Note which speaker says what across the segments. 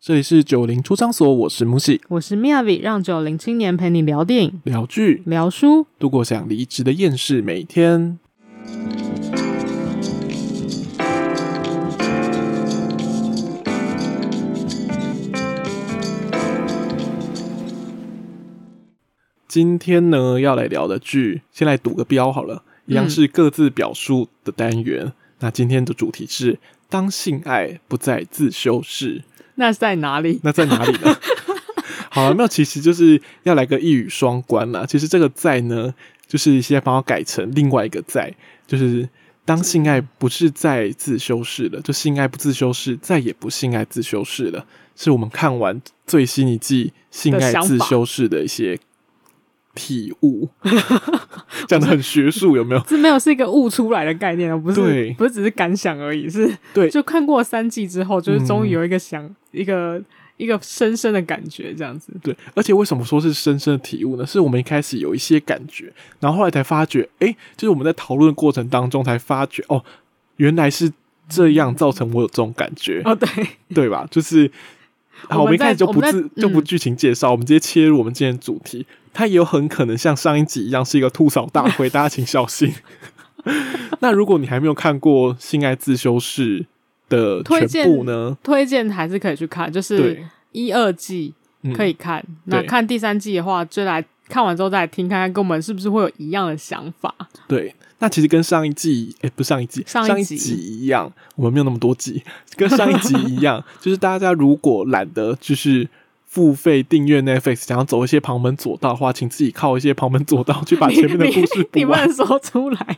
Speaker 1: 这里是九零出张所，我是木喜，
Speaker 2: 我是 Miyavi，让九零青年陪你聊电影、
Speaker 1: 聊剧，
Speaker 2: 聊书。
Speaker 1: 度过想离职的厌世每一天。今天呢，要来聊的剧，先来赌个标好了，一样是各自表述的单元。那今天的主题是：当性爱不再自修饰，
Speaker 2: 那是在哪里？
Speaker 1: 那在哪里呢？ 好啊了，那其实就是要来个一语双关啦。其实这个“在”呢，就是现在帮我改成另外一个“在”，就是当性爱不是在自修饰了，就性爱不自修饰，再也不性爱自修饰了，是我们看完最新一季性爱自修饰的一些体悟， 讲的很学术，有没有？
Speaker 2: 这没有是一个悟出来的概念啊，不
Speaker 1: 对
Speaker 2: 是不是只是感想而已，是
Speaker 1: 对嗯
Speaker 2: 就看过三季之后，就是终于有一个想、一个一个深深的感觉，这样子。
Speaker 1: 对，而且为什么说是深深的体悟呢？是我们一开始有一些感觉，然后后来才发觉，诶，就是我们在讨论的过程当中才发觉，哦，原来是这样造成我有这种感觉，
Speaker 2: 哦，对，
Speaker 1: 对吧？就是好，
Speaker 2: 我
Speaker 1: 我们
Speaker 2: 们
Speaker 1: 一开始
Speaker 2: 在
Speaker 1: 就
Speaker 2: 我
Speaker 1: 不
Speaker 2: 们
Speaker 1: 自
Speaker 2: 在
Speaker 1: 就不
Speaker 2: 嗯
Speaker 1: 剧情介绍，我们直接切入我们今天的主题，它也有很可能像上一集一样是一个吐槽大会， 大家请小心。 那如果你还没有看过《性爱自修室》的
Speaker 2: 推
Speaker 1: 全
Speaker 2: 荐
Speaker 1: 部呢？
Speaker 2: 推荐还是可以去看，就是
Speaker 1: 对，
Speaker 2: 一二季
Speaker 1: 嗯
Speaker 2: 可以看。那
Speaker 1: 对
Speaker 2: 看第三季的话，就来看完之后再来听看看，跟我们是不是会有一样的想法。
Speaker 1: 对，那其实跟上一季，哎、不是上一季，
Speaker 2: 上一
Speaker 1: 一
Speaker 2: 集
Speaker 1: 集一样，我们没有那么多集，跟上一集一样， 就是大家如果懒得就是付费订阅 Netflix，想要走一些旁门左道的话，请自己靠一些旁门左道去把前面的故事
Speaker 2: 你
Speaker 1: 补
Speaker 2: 不
Speaker 1: 完。
Speaker 2: 能 说出来，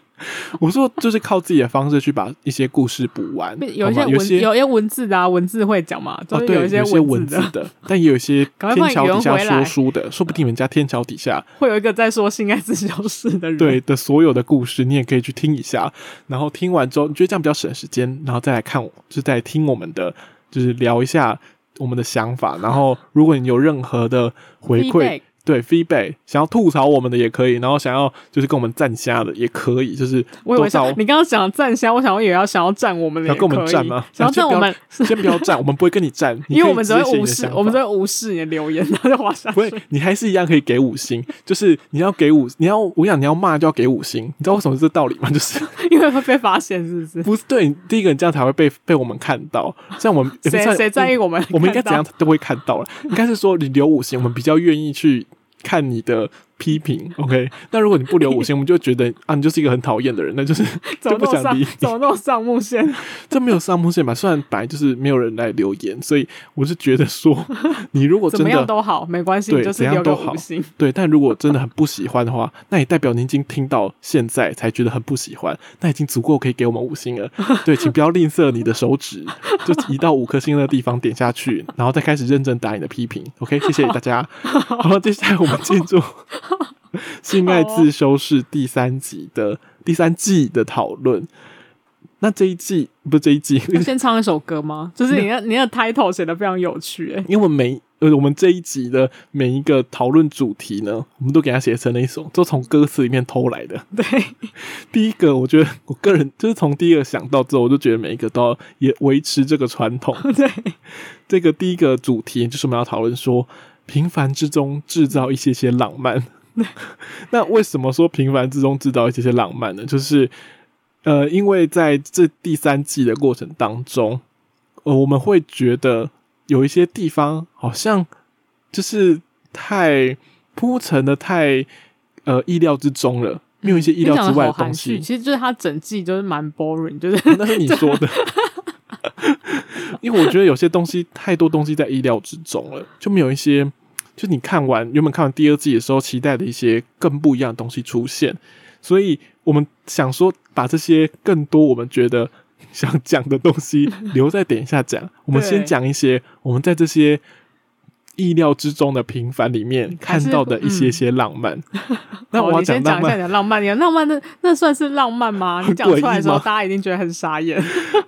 Speaker 1: 我说就是靠自己的方式去把一些故事补完，
Speaker 2: 有一
Speaker 1: 好
Speaker 2: 些
Speaker 1: 吗
Speaker 2: 文
Speaker 1: 有些
Speaker 2: 一些文字的啊，文字会讲嘛，就
Speaker 1: 哦，
Speaker 2: 是
Speaker 1: 对，有
Speaker 2: 一些
Speaker 1: 些文
Speaker 2: 文
Speaker 1: 字
Speaker 2: 的，
Speaker 1: 的，但也有一些
Speaker 2: 赶快
Speaker 1: 天
Speaker 2: 把
Speaker 1: 桥
Speaker 2: 语言
Speaker 1: 底下
Speaker 2: 回
Speaker 1: 说
Speaker 2: 来
Speaker 1: 书的，说不定人家天桥底下
Speaker 2: 会有一个在说性爱自修室的人。
Speaker 1: 对的所有的故事，你也可以去听一下。然后听完之后，你觉得这样比较省时间，然后再来看我，就是再听我们的，就是聊一下我们的想法。然 后，如果你有任何的回馈
Speaker 2: Feedback，
Speaker 1: 对 feedback，想要吐槽我们的也可以，然后想要就是跟我们站下的也可以，就是
Speaker 2: 我以
Speaker 1: 多
Speaker 2: 为
Speaker 1: 少
Speaker 2: 想你刚刚想站下，我想我也要想要站我们的也
Speaker 1: 想
Speaker 2: 可以，
Speaker 1: 跟我们站吗？啊
Speaker 2: 想要站我们，
Speaker 1: 先不要站，我们不会跟你站，你
Speaker 2: 因
Speaker 1: 可
Speaker 2: 为
Speaker 1: 以
Speaker 2: 我们只
Speaker 1: 直接
Speaker 2: 会
Speaker 1: 写你的
Speaker 2: 无视
Speaker 1: 想，法
Speaker 2: 我们只会无视你的留言，然后就滑 下
Speaker 1: 不会
Speaker 2: 去。，
Speaker 1: 你还是一样可以给五星，就是你要给五，你要我想你要骂就要给五星，你知道为什么是这道理吗？就是
Speaker 2: 因为会被发现，是不是？
Speaker 1: 不是对，你第一个你这样才会被被我们看到，像我们也不
Speaker 2: 谁
Speaker 1: 算
Speaker 2: 谁在意我们？
Speaker 1: 我们应该怎样？都会看到了。应该是说你留五星，我们比较愿意去看你的批评。OK，那如果你不留五星，我们就觉得啊，你就是一个很讨厌的人，那就是 就
Speaker 2: 怎么
Speaker 1: 不
Speaker 2: 那么
Speaker 1: 想
Speaker 2: 上
Speaker 1: 理？
Speaker 2: 怎么那么上 目线？
Speaker 1: 这没有上目线吧？虽然本来就是没有人来留言，所以我是觉得 说，你如果
Speaker 2: 怎
Speaker 1: 真
Speaker 2: 么样
Speaker 1: 的
Speaker 2: 都好，没关系，
Speaker 1: 对
Speaker 2: 你就是
Speaker 1: 怎样
Speaker 2: 留个
Speaker 1: 都好
Speaker 2: 五星。
Speaker 1: 对，但如果真的很不喜欢的话，那也代表你已经听到现在才觉得很不喜欢，那已经足够可以给我们五星了。对，请不要吝啬你的手指，就移到五颗星的地方点下去，然后再开始认真打你的批评。OK，谢谢大家。好了，接下来我们进入《性爱自修室》第三集的第三季的讨论。那这一季不是这一季，
Speaker 2: 要先唱一首歌吗？就是你的你的 title 写的非常有趣，哎，
Speaker 1: 因为我们每呃我们这一集的每一个讨论主题呢，我们都给它写成了一首，都从歌词里面偷来的。
Speaker 2: 对，
Speaker 1: 第一个，我觉得我个人就是从第一个想到之后，我就觉得每一个都要也维持这个传统。
Speaker 2: 对，
Speaker 1: 这个第一个主题就是我们要讨论说，平凡之中制造一些些浪漫。 那为什么说平凡之中制造一些些浪漫呢？就是呃，因为在这第三季的过程当中，呃，我们会觉得有一些地方好像就是太铺陈的太呃意料之中了，没有一些意料
Speaker 2: 你讲
Speaker 1: 之
Speaker 2: 得
Speaker 1: 外的
Speaker 2: 好含
Speaker 1: 东西
Speaker 2: 蓄，。其实就是他整季就是蛮 boring，就是
Speaker 1: 那是你说的。 因为我觉得有些东西太多东西在意料之中了，就没有一些，就你看完原本看完第二季的时候期待的一些更不一样的东西出现，所以我们想说把这些更多我们觉得想讲的东西 留在等一下讲，我们先
Speaker 2: 对
Speaker 1: 讲一些我们在这些意料之中的平凡里面
Speaker 2: 还
Speaker 1: 看
Speaker 2: 是
Speaker 1: 到的一些
Speaker 2: 嗯
Speaker 1: 些浪 漫。那
Speaker 2: 好
Speaker 1: 我要
Speaker 2: 哦你先
Speaker 1: 浪
Speaker 2: 讲一下
Speaker 1: 漫
Speaker 2: 你，的浪漫，你的浪漫那那算是浪 漫吗？你讲出来的
Speaker 1: 很诡异
Speaker 2: 时候，
Speaker 1: 吗
Speaker 2: 大家一定觉得很傻眼。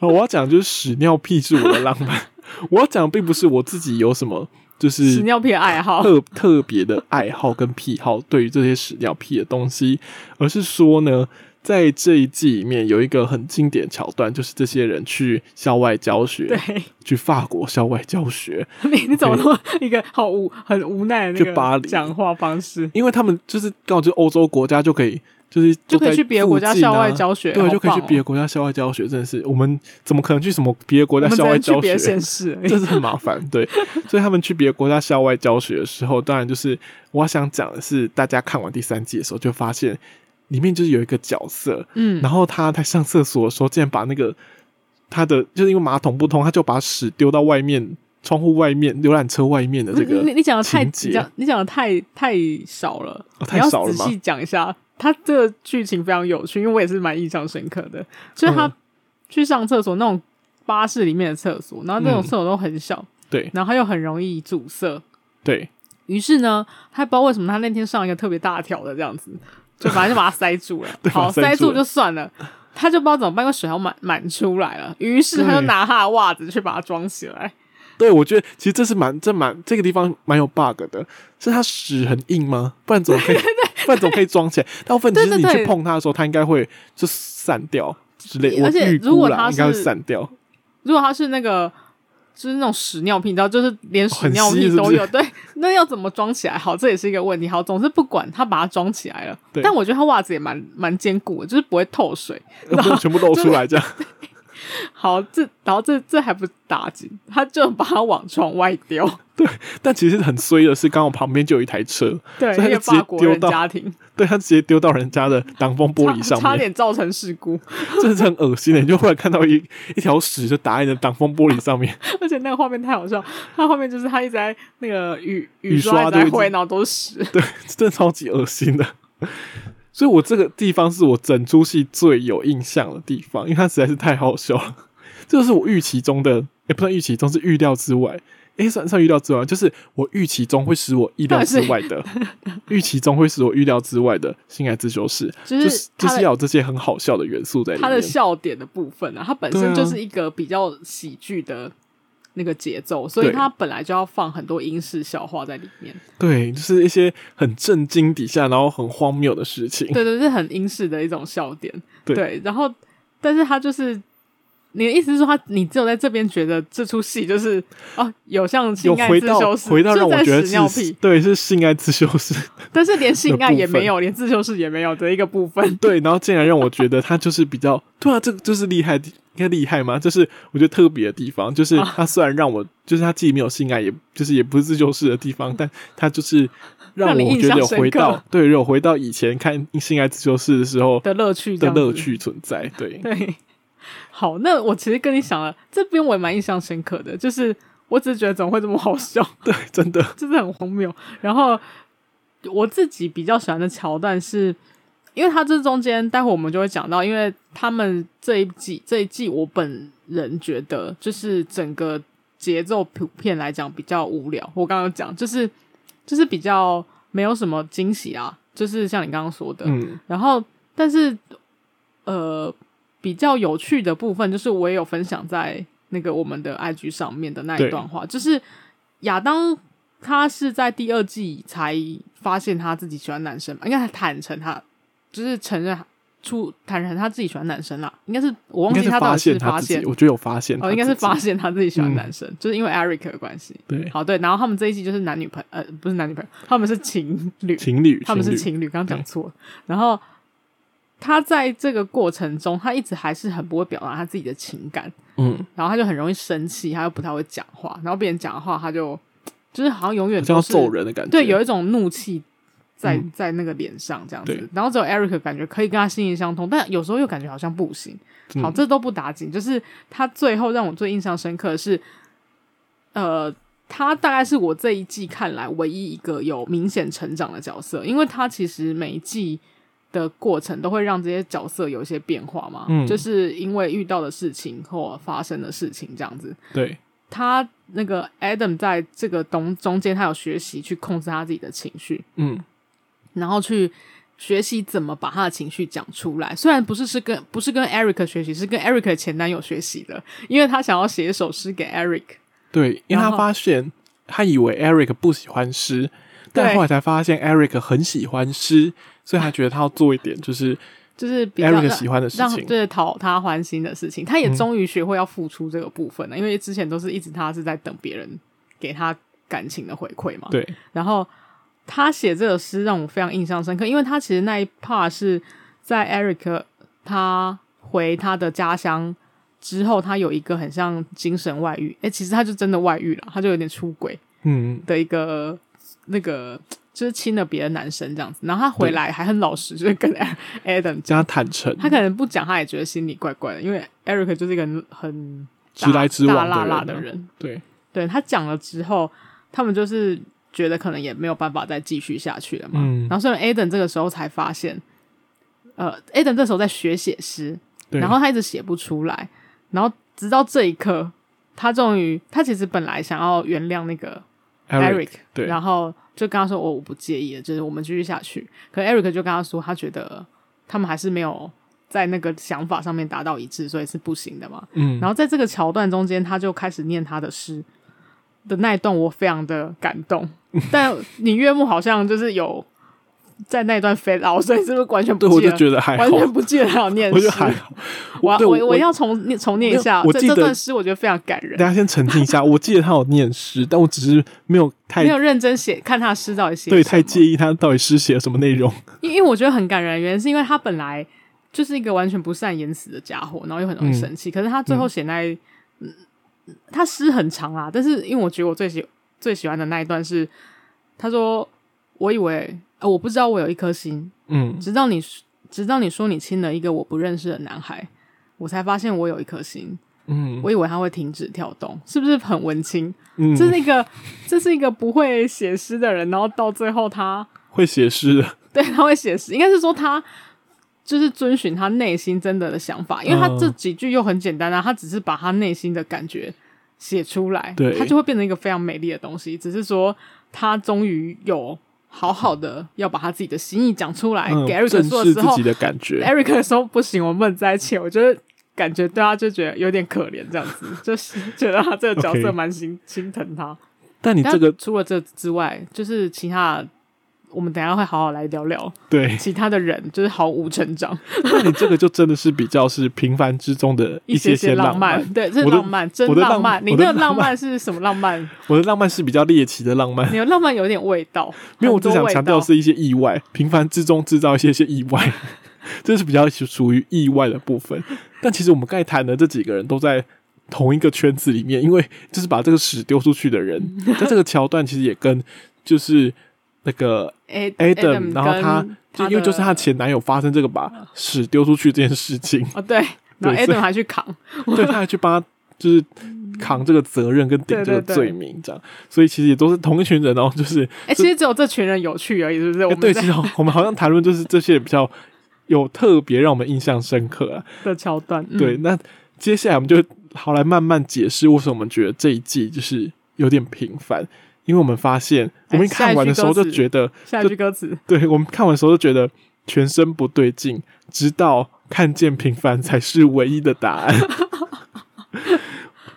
Speaker 1: 哦我要讲的就是屎尿屁是我的浪漫， 我要讲的并不是我自己有什么就
Speaker 2: 屎
Speaker 1: 是
Speaker 2: 尿哦屁的爱好，
Speaker 1: 特特别的爱好跟癖好，对于这些屎尿屁的东西，而是说呢，在这一季里面有一个很经典桥段，就是这些人去校外教学，
Speaker 2: 对，
Speaker 1: 去法国校外教学，
Speaker 2: 你你怎么那么一个好无很无奈的那
Speaker 1: 去巴
Speaker 2: 个
Speaker 1: 黎
Speaker 2: 讲话方式？
Speaker 1: 因为他们就是刚好就是欧洲国家就可以，就是
Speaker 2: 就可
Speaker 1: 都在
Speaker 2: 以去别的国家
Speaker 1: 附近啊
Speaker 2: 校外教学，哦
Speaker 1: 对，就可以去别
Speaker 2: 的，
Speaker 1: 的国家校外教学，真的是我们怎么可能去什么别的国
Speaker 2: 我
Speaker 1: 家
Speaker 2: 们只
Speaker 1: 校外
Speaker 2: 能去
Speaker 1: 教学
Speaker 2: 别的？县市而 已。
Speaker 1: 这是很麻烦， 对，所以他们去别的国家校外教学的时候，当然就是我想讲的是，大家看完第三季的时候就发现，里面就是有一个角色，
Speaker 2: 嗯，
Speaker 1: 然后他在上厕所的时候，竟然把那个他的就是因为马桶不通，他就把屎丢到外面窗户外面、浏览车外面的这
Speaker 2: 你你
Speaker 1: 个，
Speaker 2: 你讲的太
Speaker 1: 情节
Speaker 2: 你讲你讲的太太少了，
Speaker 1: 哦太
Speaker 2: 你要
Speaker 1: 少了
Speaker 2: 仔
Speaker 1: 吗
Speaker 2: 细讲一下。他这个剧情非常有趣，因为我也是蛮印象深刻的。就是他
Speaker 1: 嗯
Speaker 2: 去上厕所那种巴士里面的厕所，然后那种
Speaker 1: 嗯
Speaker 2: 厕所都很小，
Speaker 1: 对
Speaker 2: 然后他又很容易阻塞。
Speaker 1: 对，
Speaker 2: 于是呢，他不知道为什么他那天上一个特别大条的这样子，就反正就把它塞住了
Speaker 1: 对。把
Speaker 2: 好，
Speaker 1: 它塞住
Speaker 2: 塞住
Speaker 1: 了
Speaker 2: 就算了，他就不知道怎么办，因为水要满满出来了。于是他就
Speaker 1: 对
Speaker 2: 拿他的袜子去把它装起来。
Speaker 1: 对我觉得其实这是蛮这蛮这个地方蛮有 bug 的，是他屎很硬吗？不然怎么 可以？不然怎么可以装起来？大部分其
Speaker 2: 对
Speaker 1: 实你
Speaker 2: 对
Speaker 1: 去
Speaker 2: 对
Speaker 1: 碰它的时候，它应该会就散掉之类。我
Speaker 2: 而且
Speaker 1: 预
Speaker 2: 如
Speaker 1: 估
Speaker 2: 果
Speaker 1: 啦，
Speaker 2: 它
Speaker 1: 应该会
Speaker 2: 是
Speaker 1: 散 掉。
Speaker 2: 如果他是那个，就是那种屎尿屁，你知道，就是连屎尿
Speaker 1: 很稀
Speaker 2: 屁
Speaker 1: 是不
Speaker 2: 都
Speaker 1: 是
Speaker 2: 有，对， 那要怎么装起来？好，这也是一个问题。好，总之不管他把它装起来了
Speaker 1: 对，
Speaker 2: 但我觉得他袜子也蛮蛮坚固的，就是不会透水。
Speaker 1: 然后全部露出来这样。
Speaker 2: 好，这然后这这还不打紧，他就把它往窗外丢，
Speaker 1: 但其实很衰的是，刚好旁边就有一台车，
Speaker 2: 对，
Speaker 1: 所以他就
Speaker 2: 一个
Speaker 1: 直接
Speaker 2: 法国人
Speaker 1: 丢到
Speaker 2: 家庭，
Speaker 1: 对他直接丢到人家的挡风玻璃
Speaker 2: 差
Speaker 1: 上
Speaker 2: 差
Speaker 1: 面，
Speaker 2: 点造成事故，
Speaker 1: 真的是很恶心的。你就忽然看到一一条屎就打在你的挡风玻璃上面，
Speaker 2: 而且那个画面太好笑，他后面就是他一直在那个雨
Speaker 1: 雨
Speaker 2: 雨
Speaker 1: 刷
Speaker 2: 刷一直
Speaker 1: 就一
Speaker 2: 在
Speaker 1: 直
Speaker 2: 挥，然后都是屎，
Speaker 1: 对，真的超级恶心的。所以我这个地方是我整出戏最有印象的地方，因为它实在是太好笑了。这就是我预期中的，也不算预期中，是预料之外。诶，算算预料之外，就是我预期中会使我意料之外的，预期中会使我预料之外的性爱自修室，
Speaker 2: 就
Speaker 1: 就是是就
Speaker 2: 他
Speaker 1: 是
Speaker 2: 的
Speaker 1: 要有这些很好笑的元素在里
Speaker 2: 他的
Speaker 1: 面。
Speaker 2: 笑点的部分啊，他本
Speaker 1: 对
Speaker 2: 身
Speaker 1: 啊
Speaker 2: 就是一个比较喜剧的那个节奏，所以
Speaker 1: 对
Speaker 2: 他本来就要放很多英式笑话在里面，
Speaker 1: 对，就是一些很震惊底下，然后很荒谬的事情。
Speaker 2: 对对，是很英式的一种笑点，
Speaker 1: 对
Speaker 2: 然后但是他就是。你的意思是说他，你只有在这边觉得这出戏就是哦，有像性
Speaker 1: 有
Speaker 2: 爱
Speaker 1: 回
Speaker 2: 自
Speaker 1: 到
Speaker 2: 修室，
Speaker 1: 回到
Speaker 2: 就
Speaker 1: 让我
Speaker 2: 在
Speaker 1: 觉得
Speaker 2: 屎尿
Speaker 1: 是
Speaker 2: 屁，
Speaker 1: 对是性爱自修室，
Speaker 2: 但是连性爱也
Speaker 1: 的部分
Speaker 2: 没有，连自修室也没有的一个部分。
Speaker 1: 对，然后竟然让我觉得他就是比较对啊，这个就是厉害，应该厉害吗？就是我觉得特别的地方，就是
Speaker 2: 啊
Speaker 1: 他虽然让我就是他既没有性爱，也就是也不是自修室的地方，但他就是让
Speaker 2: 让你
Speaker 1: 我
Speaker 2: 印
Speaker 1: 觉得
Speaker 2: 象
Speaker 1: 有
Speaker 2: 深
Speaker 1: 回
Speaker 2: 刻
Speaker 1: 到对有回到以前看性爱自修室的时候
Speaker 2: 的乐趣这
Speaker 1: 的
Speaker 2: 样子
Speaker 1: 乐。趣存在。对，
Speaker 2: 对，好，那我其实跟你想了，这边我也蛮印象深刻的，就是我只是觉得怎么会这么好笑，
Speaker 1: 对，真的，
Speaker 2: 就是很荒谬。然后我自己比较喜欢的桥段是。因为他这中间，待会我们就会讲到，因为他们这一季这一季，我本人觉得就是整个节奏普遍来讲比较无聊。我刚刚讲就是就是比较没有什么惊喜啊，就是像你刚刚说的，
Speaker 1: 嗯，
Speaker 2: 然后，但是呃，比较有趣的部分就是我也有分享在那个我们的 IG 上面的那
Speaker 1: 对
Speaker 2: 一段话，就是亚当他是在第二季才发现他自己喜欢男生嘛，应该他坦诚他就是承认出坦诚他自己喜欢男生啦，应该是我忘
Speaker 1: 应该
Speaker 2: 记
Speaker 1: 是
Speaker 2: 他到
Speaker 1: 发
Speaker 2: 底是
Speaker 1: 现他
Speaker 2: 发
Speaker 1: 自己，
Speaker 2: 现
Speaker 1: 我觉得有发现他
Speaker 2: 哦，
Speaker 1: 自己，
Speaker 2: 应该是发现他自己喜欢
Speaker 1: 嗯
Speaker 2: 男生，就是因为 Eric 的关系。
Speaker 1: 对
Speaker 2: 好，对，然后他们这一季就是男女朋呃不是男女朋友，他们是情侣，
Speaker 1: 情侣，
Speaker 2: 他们是
Speaker 1: 侣嗯
Speaker 2: 情侣，刚刚讲错了。然后他在这个过程中，他一直还是很不会表达他自己的情感，
Speaker 1: 嗯，
Speaker 2: 然后他就很容易生气，他又不太会讲话，然后别人讲的话，他就就是好像永远
Speaker 1: 好像要
Speaker 2: 都是
Speaker 1: 揍，人的感觉。
Speaker 2: 对，有一种怒气在、
Speaker 1: 嗯
Speaker 2: 在那个脸上这样
Speaker 1: 对
Speaker 2: 子。然后只有 Eric 感觉可以跟他心灵相通，但有时候又感觉好像不行。
Speaker 1: 嗯
Speaker 2: 好，这都不打紧，就是他最后让我最印象深刻的是，呃，他大概是我这一季看来唯一一个有明显成长的角色，因为他其实每一季的过程都会让这些角色有一些变化嘛，
Speaker 1: 嗯
Speaker 2: 就是因为遇到的事情或发生的事情这样子。
Speaker 1: 对，
Speaker 2: 他那个 Adam 在这个东中间，他有学习去控制他自己的情绪，
Speaker 1: 嗯，
Speaker 2: 然后去学习怎么把他的情绪讲出来。虽然不是是跟不是跟 Eric 学习，是跟 Eric 的前男友学习的，因为他想要写一首诗给 Eric。
Speaker 1: 对，因为他
Speaker 2: 然后
Speaker 1: 发现他以为 Eric 不喜欢诗，但
Speaker 2: 对
Speaker 1: 后来才发现 Eric 很喜欢诗，所以他觉得他要做一点就是
Speaker 2: 就是比较
Speaker 1: Eric
Speaker 2: 让
Speaker 1: 喜欢的事
Speaker 2: 让
Speaker 1: 情。
Speaker 2: 对讨他欢心的事情，他也终于学会要付出这个部分了，因为之前都是一直他是在等别人给他感情的回馈嘛。
Speaker 1: 对，
Speaker 2: 然后他写这首诗让我非常印象深刻，因为他其实那一 part 是在 Eric 他回他的家乡之后，他有一个很像精神外遇，诶，其实他就真的外遇了，他就有点出轨
Speaker 1: 嗯，
Speaker 2: 的一个那个。就是亲了别的男生这样子，然后他回来还很老实，就是跟 Adam
Speaker 1: 加坦诚，
Speaker 2: 他可能不讲，他也觉得心里怪怪的，因为 Eric 就是一个很很大
Speaker 1: 直来直往
Speaker 2: 大辣辣
Speaker 1: 人
Speaker 2: 的
Speaker 1: 啊。
Speaker 2: 人。
Speaker 1: 对，
Speaker 2: 对他讲了之后，他们就是觉得可能也没有办法再继续下去了嘛。
Speaker 1: 嗯
Speaker 2: 然后虽然 Aden 这个时候才发现，呃，Aden 这时候在学写诗，
Speaker 1: 对，
Speaker 2: 然后他一直写不出来，然后直到这一刻，他终于，他其实本来想要原谅那个
Speaker 1: Eric，对
Speaker 2: 然后就跟他说：“我、我不介意了，就是我们继续下去。”可 Eric 就跟他说，他觉得他们还是没有在那个想法上面达到一致，所以是不行的嘛。
Speaker 1: 嗯，
Speaker 2: 然后在这个桥段中间，他就开始念他的诗的那一段，我非常的感动。 但你岳母好像就是有在那一段 fade out，所以是不是完全不
Speaker 1: 对，我
Speaker 2: 记
Speaker 1: 就
Speaker 2: 得？
Speaker 1: 觉得还好
Speaker 2: 完，全不记得他有 念
Speaker 1: 我就
Speaker 2: 诗，
Speaker 1: 还好。
Speaker 2: 我
Speaker 1: 对
Speaker 2: 我
Speaker 1: 我
Speaker 2: 我要重念重念一下
Speaker 1: 没有我
Speaker 2: 这
Speaker 1: 记
Speaker 2: 这
Speaker 1: 得
Speaker 2: 段诗，我觉得非常感人
Speaker 1: 大。家先澄清一下，我记得他有念诗，但我只是没有太
Speaker 2: 没有认真写，看他的诗到底写
Speaker 1: 对
Speaker 2: 什
Speaker 1: 太
Speaker 2: 么
Speaker 1: 介意他到底诗写了什么内容。
Speaker 2: 因因为我觉得很感人的原因，是因为他本来就是一个完全不善言辞的家伙，然后又很容易生气。可是他最后写那一，嗯他诗很长啊，但是因为我觉得我最喜最喜欢的那一段是，他说：“我以为、呃、我不知道我有一颗心，
Speaker 1: 嗯，
Speaker 2: 直到你直到你说你亲了一个我不认识的男孩，我才发现我有一颗心。
Speaker 1: 嗯
Speaker 2: 我以为他会停止跳动，是不是很文青？
Speaker 1: 嗯，
Speaker 2: 这是一个这是一个不会写诗的人，然后到最后他。”
Speaker 1: 会写诗的，
Speaker 2: 对，他会写实，应该是说他就是遵循他内心真的的想法，因为他
Speaker 1: 嗯
Speaker 2: 这几句又很简单啊，他只是把他内心的感觉写出来，
Speaker 1: 对
Speaker 2: 他就会变成一个非常美丽的东西。只是说他终于有好好的要把他自己的心意讲出来、
Speaker 1: 嗯
Speaker 2: 哎给 Eric
Speaker 1: 正
Speaker 2: 说
Speaker 1: 视
Speaker 2: 的时
Speaker 1: 自
Speaker 2: 候
Speaker 1: 己的感觉。
Speaker 2: ，Eric 说不行，我们不能在一起，我觉得。感觉对他就觉得有点可怜，这样子就是 觉得他这个角
Speaker 1: OK
Speaker 2: 色蛮心心疼他。
Speaker 1: 但你
Speaker 2: 但
Speaker 1: 这个
Speaker 2: 除了这之外，就是其他的我们等一下会好好来聊聊。
Speaker 1: 对，
Speaker 2: 其他的人就是毫无成长，
Speaker 1: 那你这个就真的是比较是平凡之中的一
Speaker 2: 些
Speaker 1: 些
Speaker 2: 浪
Speaker 1: 浪漫。
Speaker 2: 对，这是
Speaker 1: 我的
Speaker 2: 浪漫，真
Speaker 1: 我的
Speaker 2: 浪
Speaker 1: 浪
Speaker 2: 漫。你
Speaker 1: 我
Speaker 2: 那
Speaker 1: 的
Speaker 2: 个
Speaker 1: 浪
Speaker 2: 浪漫是什么浪漫？
Speaker 1: 我的浪漫是比较猎奇的浪漫
Speaker 2: 你，的浪漫有点味道，
Speaker 1: 没有，我
Speaker 2: 很多
Speaker 1: 只想
Speaker 2: 味
Speaker 1: 强调
Speaker 2: 道
Speaker 1: 是一些意外，平凡之中制造一些一些意外， 这是比较属属于意外的部分。但其实我们刚才谈的这几个人都在同一个圈子里面，因为就是把这个屎丢出去的人， 在这个桥段其实也跟就是那个
Speaker 2: Ad-
Speaker 1: Adam，
Speaker 2: 哎 Adam，
Speaker 1: 然后他
Speaker 2: 跟
Speaker 1: 就因为就是他
Speaker 2: 的
Speaker 1: 前男友发生这个把屎丢出去这件事情，
Speaker 2: 哦对，然后
Speaker 1: 对所以
Speaker 2: Adam 还 去扛，
Speaker 1: 对，他还去帮他就是扛这个责任跟顶这个
Speaker 2: 对对对
Speaker 1: 罪名，这样，所以其实也都是同一群人哦，就是
Speaker 2: 哎，其实只有这群人有趣而已，是不是？
Speaker 1: 欸
Speaker 2: 我们
Speaker 1: 对，
Speaker 2: 在
Speaker 1: 其实好我们好像谈论就是这些比较有特别让我们印象深刻啊。
Speaker 2: 的桥段，嗯
Speaker 1: 对，那接下来我们就好来慢慢解释为什么我们觉得这一季就是有点平凡，因为我们发现我们一看完的时候就觉得，
Speaker 2: 下一句歌词，
Speaker 1: 对我们看完的时候就觉得全身不对劲，直到看见平凡才是唯一的答案。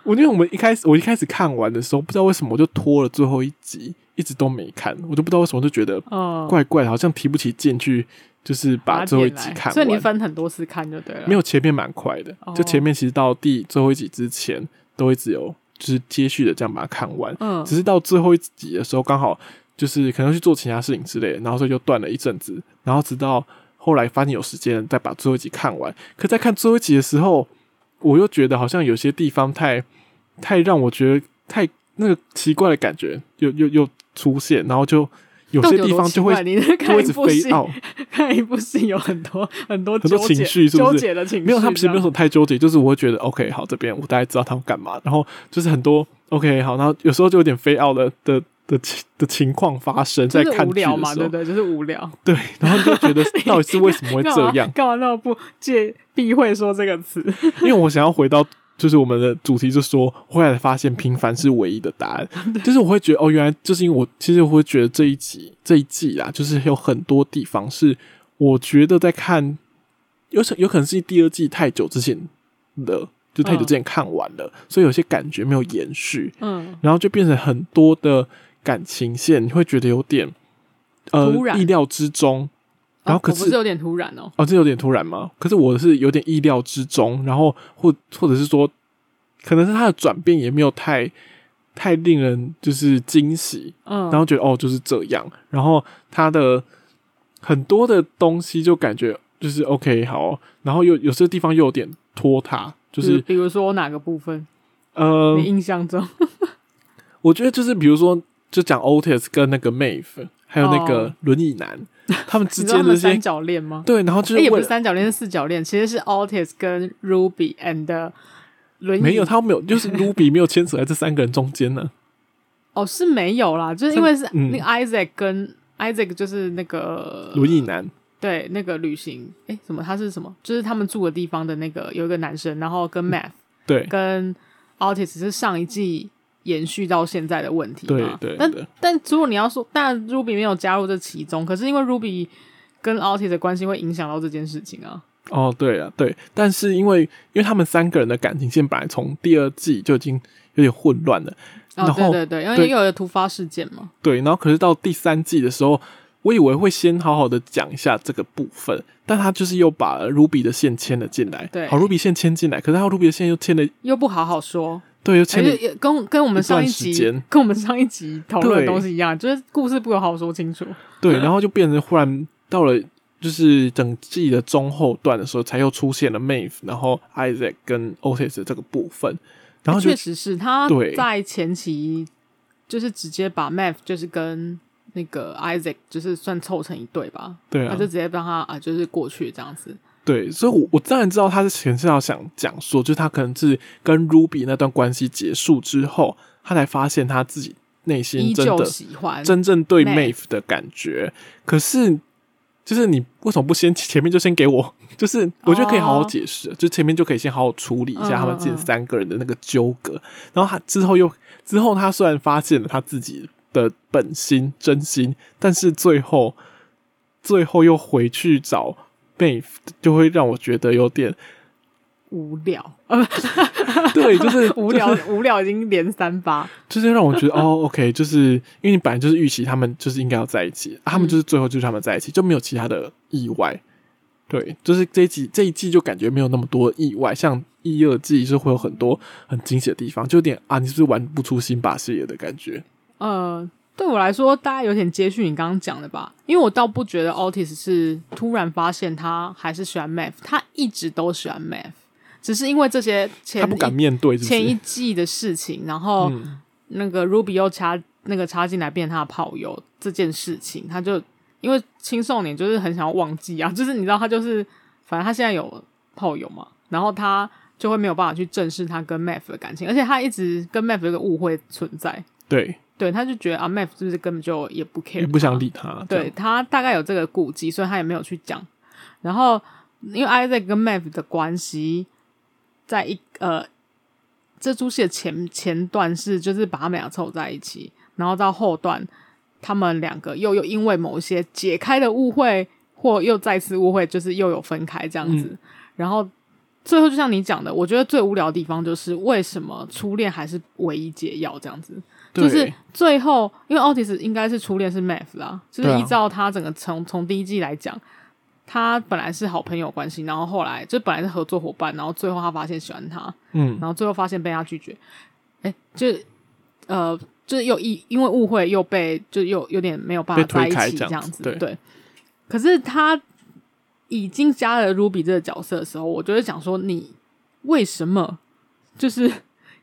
Speaker 1: 我因为我们一开始我一开始看完的时候，不知道为什么我就拖了最后一集，一直都没看，我就不知道为什么就觉得
Speaker 2: 嗯，
Speaker 1: 怪怪的，好像提不起劲去，就是把最后一集
Speaker 2: 点来
Speaker 1: 看
Speaker 2: 所以你
Speaker 1: 完。
Speaker 2: 分很多次看就对了，
Speaker 1: 没
Speaker 2: 有
Speaker 1: 有前面蛮快的，
Speaker 2: 哦
Speaker 1: 就前面其实到第最后一集之前，都一直有就是接续的这样把它看完。
Speaker 2: 嗯
Speaker 1: 只是到最后一集的时候，刚好就是可能去做其他事情之类的，然后所以就断了一阵子，然后直到后来发现有时间再把最后一集看完。可在看最后一集的时候，我又觉得好像有些地方太太让我觉得太那个奇怪的感觉又又又出现，然后就有
Speaker 2: 到底
Speaker 1: 些
Speaker 2: 有
Speaker 1: 地
Speaker 2: 多
Speaker 1: 方
Speaker 2: 奇
Speaker 1: 就会
Speaker 2: 怪你在
Speaker 1: 就
Speaker 2: 看
Speaker 1: 会一
Speaker 2: 一
Speaker 1: 直
Speaker 2: 部 戏
Speaker 1: 飞，out。
Speaker 2: 看一部戏有很多很多
Speaker 1: 很多
Speaker 2: 纠结
Speaker 1: 情绪是不
Speaker 2: 纠
Speaker 1: 是
Speaker 2: 结的情绪这
Speaker 1: 没
Speaker 2: 样，
Speaker 1: 有，他们其实没有什么太纠结，就是我会觉得 OK，好，这边我大概知道他们干嘛，然后就是很多 OK 好，然后有时候就有点非奥的的的情的情况发生在
Speaker 2: 就是
Speaker 1: 看
Speaker 2: 无
Speaker 1: 剧的时
Speaker 2: 聊
Speaker 1: 候，
Speaker 2: 嘛，对不对？就是无聊，
Speaker 1: 对然后你就觉得 到底是为什么会
Speaker 2: 干
Speaker 1: 这
Speaker 2: 嘛
Speaker 1: 样？
Speaker 2: 干嘛那么不借避讳说这个词？
Speaker 1: 因为我想要回到就是我们的主题，就说后来发现平凡是唯一的答 案，就是我会觉得哦，原来就是因为我其实我会觉得这一集这一季啊，就是有很多地方是我觉得在看，有可有可能是第二季太久之前的，就太久之前看完了，所以有些感觉没有延续，
Speaker 2: 嗯，
Speaker 1: 然后就变成很多的感情线，你会觉得有点呃
Speaker 2: 突然
Speaker 1: 意料之中，然后
Speaker 2: 啊
Speaker 1: 可
Speaker 2: 我不
Speaker 1: 是
Speaker 2: 是有点突然哦、
Speaker 1: 哦，这有点突然吗？可是我是有点意料之中，然后或或者是说，可能是他的转变也没有太太令人就是惊喜，
Speaker 2: 嗯，
Speaker 1: 然后觉得哦就是这样，然后他的很多的东西就感觉就是 OK 好，然后又有些地方又有点拖沓，就是
Speaker 2: 比如说哪个部分，
Speaker 1: 呃，
Speaker 2: 你印象中，
Speaker 1: 我觉得就是比如说就讲 Otis 跟那个 Mave，还有那个
Speaker 2: 哦
Speaker 1: 轮椅 男，他们之
Speaker 2: 你知道
Speaker 1: 间的
Speaker 2: 他们
Speaker 1: 一些
Speaker 2: 三角恋吗？
Speaker 1: 对，然后就
Speaker 2: 诶
Speaker 1: 是
Speaker 2: 也不
Speaker 1: 为
Speaker 2: 是
Speaker 1: 了。
Speaker 2: 三角恋，是四角恋，其实是 Altis 跟 Ruby and 轮椅
Speaker 1: 没有，他没有，就是 Ruby 没有牵扯在这三个人中间呢。
Speaker 2: 哦，是没有啦，就是因为是
Speaker 1: 嗯
Speaker 2: 那个 Isaac 跟、Isaac 就是那个
Speaker 1: 轮椅男，
Speaker 2: 对那个旅行，诶，什么？他是什么？就是他们住的地方的那个有一个男生，然后跟
Speaker 1: 嗯
Speaker 2: Math、
Speaker 1: 对
Speaker 2: 跟 Altis 是上一季延续到现在的问题
Speaker 1: 对
Speaker 2: 嘛
Speaker 1: 对
Speaker 2: 但
Speaker 1: 对，
Speaker 2: 但如果你要说，但 Ruby 没有加入这其中，可是因为 Ruby 跟 Altis 的关系会影响到这件事情啊。
Speaker 1: 哦对啊对，但是因为因为他们三个人的感情线本来从第二季就已经有点混乱了，
Speaker 2: 哦
Speaker 1: 然，
Speaker 2: 对
Speaker 1: 后
Speaker 2: 对对，因
Speaker 1: 对
Speaker 2: 为又有突发事件嘛。
Speaker 1: 对，然后可是到第三季的时候，我以为会先好好的讲一下这个部分，但他就是又把 Ruby 的线牵了进来，
Speaker 2: 对
Speaker 1: 好，Ruby 线牵进来，可是他 Ruby 的线又牵了，
Speaker 2: 又不好好说，
Speaker 1: 对，又
Speaker 2: 而
Speaker 1: 牵了
Speaker 2: 且也跟跟我们上一
Speaker 1: 一段时
Speaker 2: 集
Speaker 1: 间
Speaker 2: 跟我们上一集讨论
Speaker 1: 对
Speaker 2: 的东西一样，就是故事不好好说清楚。
Speaker 1: 对，然后就变成忽然到了就是整季的中后段的时候，才又出现了 Mave，然后 Isaac 跟 Otis 的这个部分，然后就
Speaker 2: 哎确实是他
Speaker 1: 对
Speaker 2: 在前期就是直接把 Math 就是跟那个 Isaac 就是算凑成一对吧，
Speaker 1: 对
Speaker 2: 他
Speaker 1: 啊
Speaker 2: 就，直接让他啊就是过去这样子。
Speaker 1: 对，所以我我当然知道他是前是要想讲说，就是他可能是跟 Ruby 那段关系结束之后，他才发现他自己内心
Speaker 2: 依
Speaker 1: 真
Speaker 2: 旧
Speaker 1: 的
Speaker 2: 喜欢，
Speaker 1: 真正对
Speaker 2: Mave
Speaker 1: Mave 的感觉，可是。就是你为什么不先前面就先给我？ 就是我觉得可以好好
Speaker 2: 哦
Speaker 1: 解释就前面就可以先好好处理一下他们之
Speaker 2: 嗯
Speaker 1: 间
Speaker 2: 嗯嗯
Speaker 1: 三个人的那个纠
Speaker 2: 嗯
Speaker 1: 葛。然后他之后又之后，他虽然发现了他自己的本心真心，但是最后最后又回去找 Mave，就会让我觉得有点
Speaker 2: 无 聊，
Speaker 1: 对，就是
Speaker 2: 无聊
Speaker 1: 就是，
Speaker 2: 无聊已经连三八，
Speaker 1: 就是让我觉得哦，OK，就是因为你本来就是预期他们就是应该要在一起，啊他
Speaker 2: 嗯
Speaker 1: 们就是最后就是他们在一起，就没有其他的意外。对，就是这一季这一季就感觉没有那么多意外，像一二季是会有很多很惊喜的地方，就有点啊，你是不是玩不出新把戏了的感觉？
Speaker 2: 呃，对我来说，大概有点接续你刚刚讲的吧，因为我倒不觉得 Otis 是突然发现他还是喜欢 Math，他一直都喜欢 Math，只是因为这些前
Speaker 1: 他不敢
Speaker 2: 一
Speaker 1: 面对，是不
Speaker 2: 前一
Speaker 1: 是？
Speaker 2: 季的事情，然后
Speaker 1: 嗯，
Speaker 2: 那个 Ruby 又插那个插进来变他的炮友这件事情，他就因为青少年就是很想要忘记啊， 就是你知道他就是反正他现在有炮友嘛，然后他就会没有办法去正视他跟 Math 的感情，而且他一直跟 Math 有一个误会存在。
Speaker 1: 对，
Speaker 2: 对，他就觉得啊，Math 是不是根本就也不 care，
Speaker 1: 也不想理他。啊这
Speaker 2: 对
Speaker 1: 样，
Speaker 2: 他大概有这个顾忌，所以他也没有去讲。然后因为 Isaac 跟 Math 的关系，在一呃这出戏的前前段是就是把他们俩凑在一起，然后到后段他们两个又又因为某些解开的误会或又再次误会，就是又有分开这样子。
Speaker 1: 嗯
Speaker 2: 然后最后就像你讲的，我觉得最无聊的地方就是为什么初恋还是唯一解药这样子。就
Speaker 1: 对
Speaker 2: 是最后，因为 Otis 应该是初恋是 Math 啦，就是
Speaker 1: 对啊
Speaker 2: 依照他整个从从第一季来讲，他本来是好朋友关系，然后后来就本来是合作伙伴，然后最后他发现喜欢他，
Speaker 1: 嗯，
Speaker 2: 然后最后发现被他拒绝，哎、就呃，就是又因因为误会又被就又有点没有办法
Speaker 1: 被推
Speaker 2: 在一
Speaker 1: 开
Speaker 2: 起
Speaker 1: 这
Speaker 2: 这
Speaker 1: 样
Speaker 2: 样
Speaker 1: 子
Speaker 2: 子，
Speaker 1: 对
Speaker 2: 可是他已经加了 Ruby 这个角色的时候，我就会想说，你为什么就是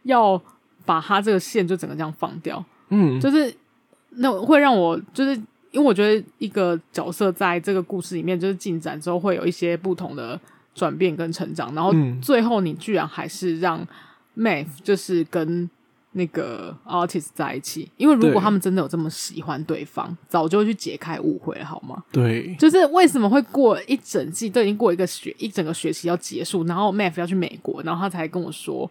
Speaker 2: 要把他这个线就整个这样放掉？
Speaker 1: 嗯，
Speaker 2: 就是那会让我就是因为我觉得一个角色在这个故事里面就是进展之后会有一些不同的转变跟成长，然后
Speaker 1: 嗯
Speaker 2: 最后你居然还是让 Maeve 就是跟那个 artist 在一起，因为如
Speaker 1: 对
Speaker 2: 果他们真的有这么喜欢对方，早就去解开误会了，好吗？
Speaker 1: 对，
Speaker 2: 就是为什么会过一整季，都已经过一个学一整个学期要结束，然后 Math 要去美国，然后他才跟我说，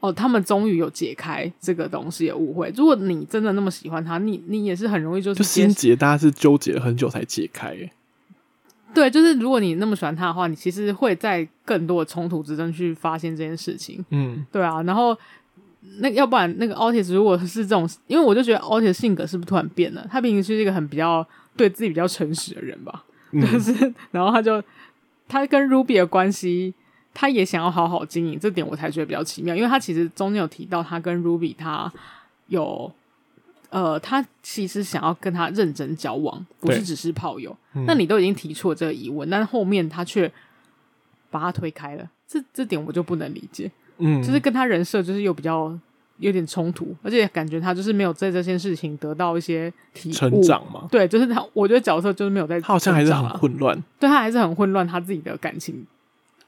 Speaker 2: 哦，他们终于有解开这个东西的误会。如果你真的那么喜欢他，你你也是很容易就
Speaker 1: 就是
Speaker 2: 接
Speaker 1: 心结大家是纠结了很久才解开。欸
Speaker 2: 对，就是如果你那么喜欢他的话，你其实会在更多的冲突之中去发现这件事情。
Speaker 1: 嗯，
Speaker 2: 对啊，然后那要不然那个 Otis 如果是这种， 因为我就觉得 Otis 性格是不是突然变了？他平时是一个很比较对自己比较诚实的人吧，
Speaker 1: 嗯
Speaker 2: 就是然后他就他跟 Ruby 的关系，他也想要好好经营，这点我才觉得比较奇妙，因为他其实中间有提到他跟 Ruby 他有。呃，他其实想要跟他认真交往，不是
Speaker 1: 对
Speaker 2: 只是炮友。
Speaker 1: 嗯
Speaker 2: 那你都已经提出了这个疑问，但后面他却把他推开了，这这点我就不能理解。
Speaker 1: 嗯，
Speaker 2: 就是跟他人设就是又比较有点冲突，而且感觉他就是没有在这件事情得到一些体悟
Speaker 1: 成。长嘛，
Speaker 2: 对，就是他，我觉得角色就是没有在成长啊，
Speaker 1: 他好像还是很混乱。
Speaker 2: 对他还是很混乱他自己的感情